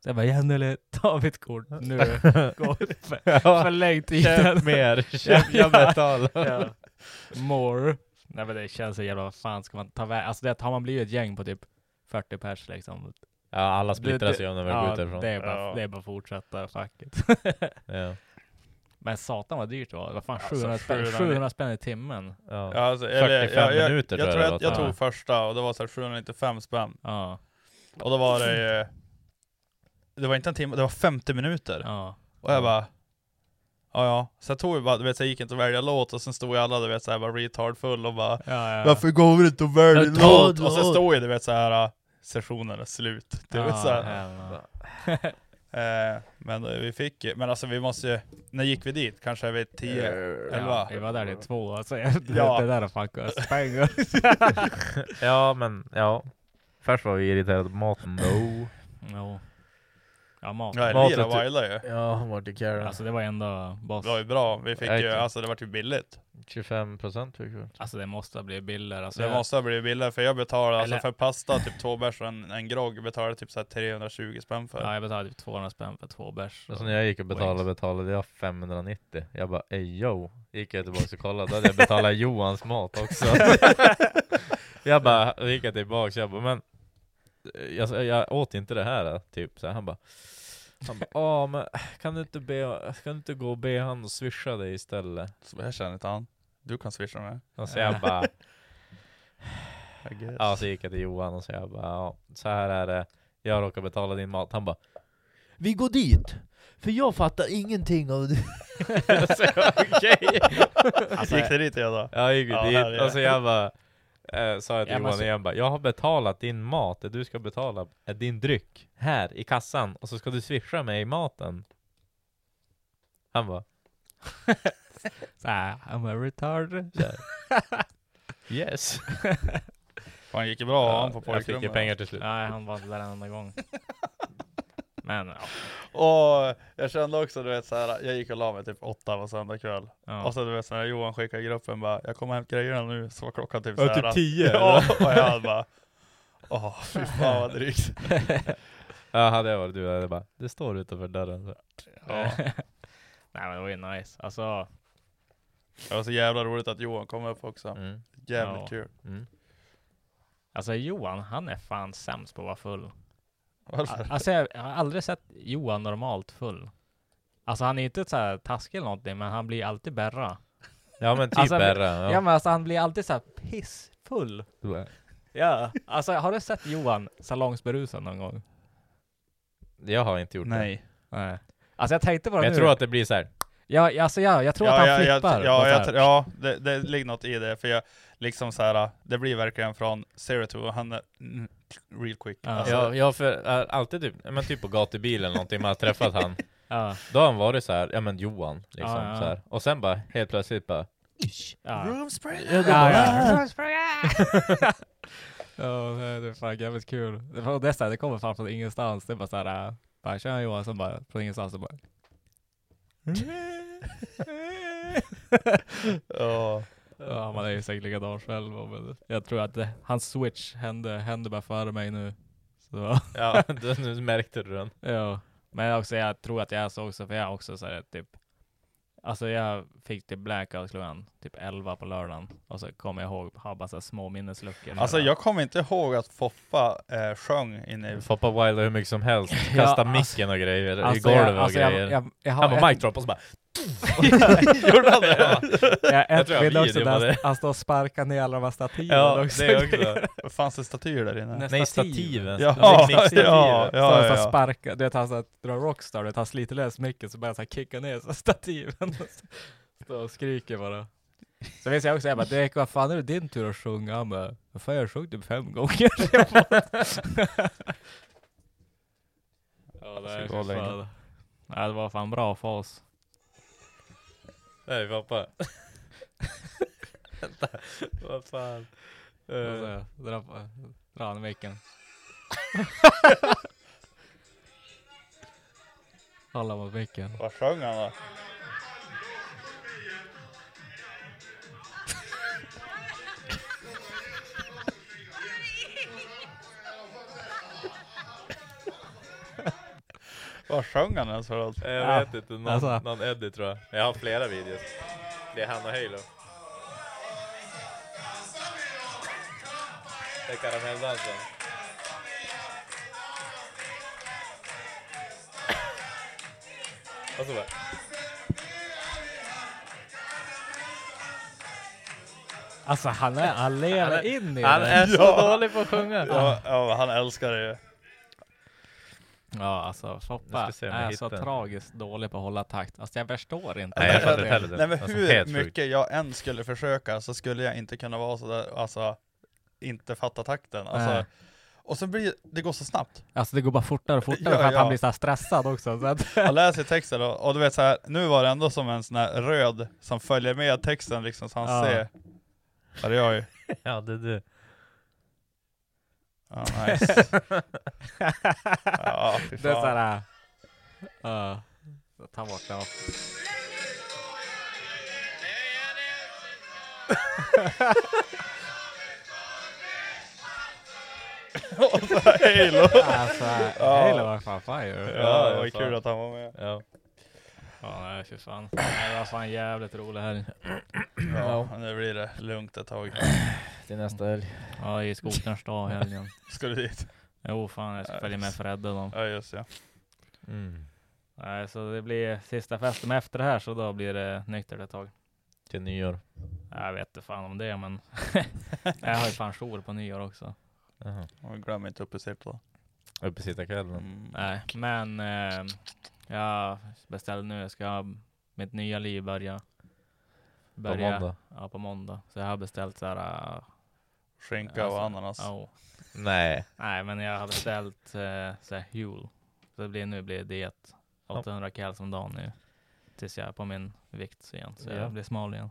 Så jag bara, Jenny, Lee, ta mitt kort nu. Gå för, förläng tiden. Köp mer, köp, jag Ja. betalar. Ja. typ. More. Nej men det känns så jävla, vad fan ska man ta vägen? Alltså det har man blivit ett gäng på typ 40 pers liksom. Ja, alla splittras Det- ju om de väl går Ja, ut därifrån. det är bara, Ja. det är bara att fortsätta, fuck it. Ja. Men satan vad dyrt det var. Det var fan Alltså, 700, spänn, 700 700 spänn i timmen. Ja. Ja, alltså, 45 minuter jag, tror jag, jag jag, det var. jag Ja. tog första och det var så här 795 spänn. Ja. Och då var det eh, Det var inte en timme, det var 50 minuter. ja. Och jag bara Ja ja, så jag tog ju bara, du vet så jag gick inte att välja låt och sen stod ju alla du vet såhär bara retardfull och bara ja, ja. går vi inte att välja Ja, ta Och sen låt. stod ju du vet såhär Sessionen är slut, du vet så ja, här. hell Eh, Men eh, vi fick ju, men alltså vi måste ju När gick vi dit? Kanske vid Eh, 10? no. Elva. Ja, vi var där i två alltså. Jag- Ja. Det där har fan kostat pengar. ja, men ja. Först var vi irriterade på maten då. Jo. Ja, mat. Ja, Matet- Elvira vilade ju Ja, han vart i Karen. Alltså det var ändå boss. Det var ju bra, vi fick Jag ju, vet. alltså det var ju billigt 25 procent fick vi. Alltså det måste bli billigare. Alltså, Det jag- måste ha blivit billigare för jag betalade Eller- alltså för pasta, typ två bärs och en, en grogg betalade jag typ såhär 320 spänn för Ja, jag betalade typ 200 spänn för två bärs. Och så när jag gick och betalade Wings. betalade jag 590. Jag bara ey yo. Gick jag tillbaka och kollade, då hade jag betalat Johans mat också. jag bara, då gick jag tillbaka jag bara men jag, jag åt inte det här typ. Så han bara han bara, ah, men kan du, inte be, kan du inte gå och be han och swisha dig istället? Så jag känner inte han Du kan swisha mig Och så jag bara, I guess. Ja, så gick jag till Johan och så jag bara, ja, så här är det. Jag råkar betala din mat. Han bara, vi går dit! För jag fattar ingenting av det. så jag, okej. Alltså, Gick det dit jag då? Jag gick Ja, här är dit det. och så jag bara, eh, sa jag till Jag Johan måste- igen bara, jag har betalat din mat, det du ska betala är din dryck här i kassan och så ska du swisha mig i maten. Han bara, Så här, I'm a retard. yes. Fan gick det bra han på jag fick ju pojkrummet? pengar till slut. Nej, han var inte där en enda gång. Men ja. Och jag kände också du vet såhär, jag gick och la mig typ åtta på söndag kväll ja. Och så du vet såhär, Johan skickade i gruppen bara Jag kommer hämta grejerna nu, så var klockan typ Ja, såhär typ tio. Ja, och jag hade bara Åh fy fan vad drygt Ja, hade jag varit du hade jag bara, det står utanför dörren. ja. Nej men det var ju nice. Alltså, Det var så jävla roligt att Johan kom upp också Mm, Jävligt Ja. kul mm. alltså Johan, han är fan sämst på att vara full. Varför? Alltså jag jag har aldrig sett Johan normalt full. Alltså han är inte så här taskig eller någonting, men han blir alltid berra. Ja men typ Alltså, värre. Ja, men alltså han blir alltid så här pissfull. Ja. Alltså har du sett Johan salongsberusad någon gång? Jag har inte gjort det. Nej. Alltså jag tänkte på det Men jag nu. tror att det blir så här. Ja, ja, alltså ja, jag tror att ja, han jag, jag, flippar. Alltså, och ja, så jag, här. tr- ja det, det ligger något i det, för jag liksom så här, det blir verkligen från zero to han är mm, real quick. Ja. Alltså, Jag, jag har för, äh, alltid typ, ja, men typ på gatubil eller någonting, man har träffat han. ja, Då har han varit så här, ja men Johan liksom. Ja, ja. Så här. Och sen bara helt plötsligt bara, jag ja. Ja, ja. ja, nej, det är fan jävligt kul. Det, var det, är så här, det kommer fan från ingenstans. Det är bara såhär, bara tjena Johan, sen bara från ingenstans så bara... ja. ja, man är ju säkert likadan själv. och- Men jag tror att det, hans switch hände, hände bara före mig nu. Så, ja. du, nu märkte du den. ja. Men också, jag tror att jag är så också, för jag är också såhär typ... Alltså jag fick typ blackout klockan typ 11 på lördagen. Och så kommer jag ihåg, har bara så här små minnesluckor. alltså jag kommer inte ihåg att Foppa eh, sjöng inne i... Foppa wilda hur mycket som helst, Ja, kasta alltså- micken och grejer i Alltså, jag- golvet och alltså, jag- grejer. jag- jag har han ett- bara mic drop och så bara Gjorde han det? ja, Jag, jag tror jag vill har också video på där det. han står och sparkar ner alla de här stativen ja också. det också. Fanns det statyer där inne? Nej, Nej stativ. stativen. Ja, ja, Mickstativet. ja, Så han ja, så ja. sparkar, du vet han så här drar rockstar, du vet han sliter lös mycket så börjar han så här kicka ner så här stativen. och så- Står och skriker bara. Så minns jag också, jag bara Dek, vad fan är det din tur att sjunga? Han bara, vad fan jag sjöng typ fem gånger. Jag bara- ja, Alltså, det, är Ska gå fan- längre. Nej, det var fan bra fas. Nej pappa. Vänta, vad fan. Eh, Eh, Och så Dra, dra han i micken. Alla mot micken. Vad sjöng han då? Vad sjöng han ens för något? Jag Ja. vet inte, någon, Alltså. någon Eddie tror jag. Jag har flera videos. Det är han och Halo. Det är karamelldansen. Och så bara... Alltså han, är, han lever Han är- in i han det. är så Ja. dålig på att sjunga. Ja, Ja, ja, han älskar det ju. alltså Jag Foppa ska se om jag är så hittar den. tragiskt dålig på att hålla takt. Alltså jag förstår inte. Nej, jag fattar inte heller det. Nej men Alltså, hur helt sjukt. mycket jag än skulle försöka så skulle jag inte kunna vara sådär, alltså inte fatta takten. Nej. Alltså, och så blir det går så snabbt. Alltså det går bara fortare och fortare Ja, för att ja. han blir så här stressad också. Så att, Jag läser texten och, och du vet så här, nu var det ändå som en sån här röd som följer med texten liksom så han Ja. ser. Ja det gör jag ju. Ja, det är du. Ja, nice. ja, fy det är fan. såhär... Uh, ta bort den. Och så Halo. Alltså, Halo var fan fire. Ja, det jag var sa. kul att han var med. Ja. Ja, nej fy fan. Nej, Det var fan jävligt rolig helg. Ja, nu blir det lugnt ett tag. Till nästa helg. Ja, i skoterns dag i helgen. Ska du dit? Jo fan, jag ska följa med Fredde då. Ja just ja. Mm. Nej, så det blir sista festen men efter det här, så då blir det nyktert ett tag. Till nyår. Jag vet inte fan om det, men jag har ju fan jour på nyår också. Jaha. Och glöm inte uppe då. Uppe sitta kvällen. Mm. Nej, men eh, jag beställde nu, jag ska mitt nya liv börja. På måndag. Ja, på måndag. Så jag har beställt såhär... Uh, Skinka och Alltså. ananas. Nej. Nej, men jag har beställt eh, såhär jul. Så det blir, nu blir det diet. 800 kals om dagen nu. Tills jag är på min vikt igen. Så Ja. jag blir smal igen.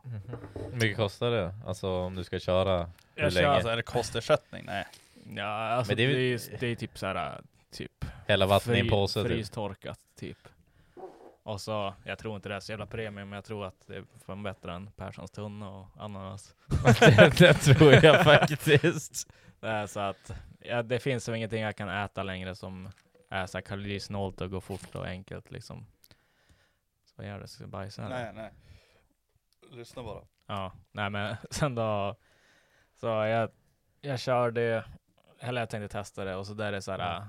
Hur mycket kostar det? Alltså om du ska köra? Hur Jag kör länge? Alltså är det kostersättning? Nej. Ja, alltså Men det det är är, väl- det är, typ såhär, typ Hela vattnet i en fry- påse? Typ. frystorkat typ. Och så, jag tror inte det är så jävla premium, men jag tror att det är fan bättre än Perssons tunna och ananas. det, det tror jag faktiskt. Det är så att, ja, det finns väl ingenting jag kan äta längre som är så här kalorisnålt och går fort och enkelt liksom. Så vad gör det? Ska jag bajsa Nej, eller? nej. Lyssna bara. Ja, nej men sen då. Så jag, jag kör det, eller jag tänkte testa det och så där är det så här äh,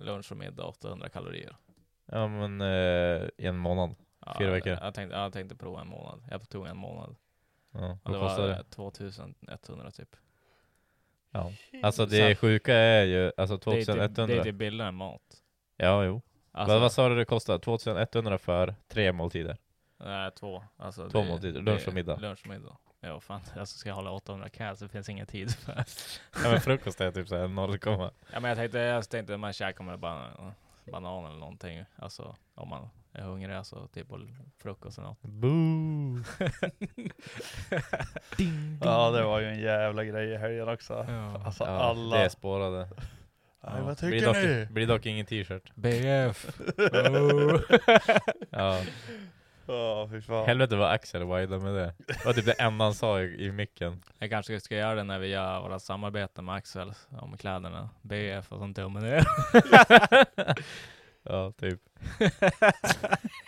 lunch och middag 800 kalorier. Ja men eh, i en månad. Ja, Fyra veckor. Jag, jag, tänkte, jag tänkte prova en månad. Jag tog en månad. Ja, Och vad det kostar var det? eh, 2100 typ. Ja. Alltså det sjuka är ju alltså Det är, typ, 2100. det är typ billigare än mat. Ja jo. Alltså, vad, vad sa du det kostar? 2100 för tre måltider? Nej, två. Alltså, Två måltider, lunch och middag. Lunch och middag. Ja, fan. Alltså ska jag hålla 800 kal så det finns ingen tid för. Ja men frukost är typ såhär 0, ja, men jag tänkte, jag tänkte man käkar med ban banan eller någonting. Alltså om man är hungrig, alltså typ på frukost eller något. boo. Ja, det var ju en jävla grej i helgen också. Ja. Alltså Ja, alla... Det är spårade. Aj, vad Blir tycker ni? dock, blir dock ingen t-shirt. BF! Ja. Ja, fy fan. Helvete vad Axel wajade med det. Det var typ det enda han sa i, i micken. Jag kanske ska göra det när vi gör våra samarbeten med Axel om kläderna. BF och sånt tummen ner. Ja typ.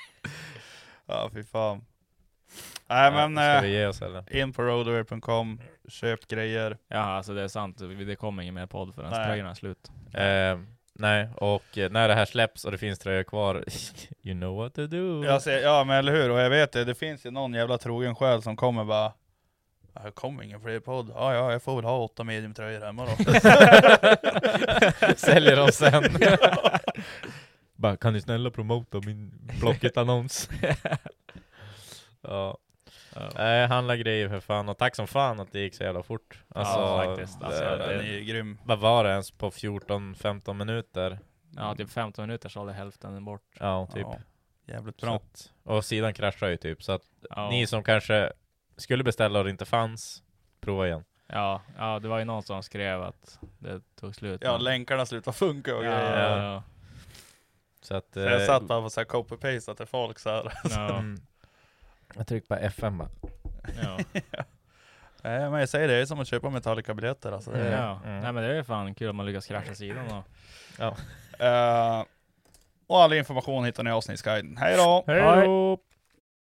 Ja, fy fan. Nej Ja, men, Ska eh, vi ge oss eller? in på roadaway.com, köp grejer. Ja, alltså det är sant. Det kommer ingen mer podd förrän Nej. tröjorna är slut. Eh, nej, och eh, när det här släpps och det finns tröjor kvar, you know what to do. Jag ser, ja men eller hur, och jag vet det, det finns ju någon jävla trogen själ som kommer bara "Ja, det kommer ingen fler podd. Ja, ja, jag får väl ha åtta mediumtröjor hemma då. Säljer dem sen. Bara, kan ni snälla promota min Blocket-annons? ja, Ja. eh, handla grejer för fan, och tack som fan att det gick så jävla fort. Alltså, Ja, faktiskt. Alltså, det- Den är ju grym. Vad var det ens på 14-15 minuter? Ja, typ 15 minuter sålde hälften bort. Ja, typ. Ja, jävligt Så bra. att, och sidan kraschar ju typ, så att Ja. ni som kanske skulle beställa och det inte fanns, prova igen. Ja, ja, det var ju någon som skrev att det tog slut. Ja, men- länkarna slutade funka och ja, grejer. ja, Så att... eh, Så jag satt bara och så här copy-pastade till folk så här. ja, mm. Jag tryckte på F5 bara. ja, Nej, men jag säger det, det är som att köpa Metallica-biljetter alltså. ja. Det är- Mm. Nej men det är ju fan kul om man lyckas krascha sidan då. Eh, och all information hittar ni i avsnittsguiden. Hej då! Hej då!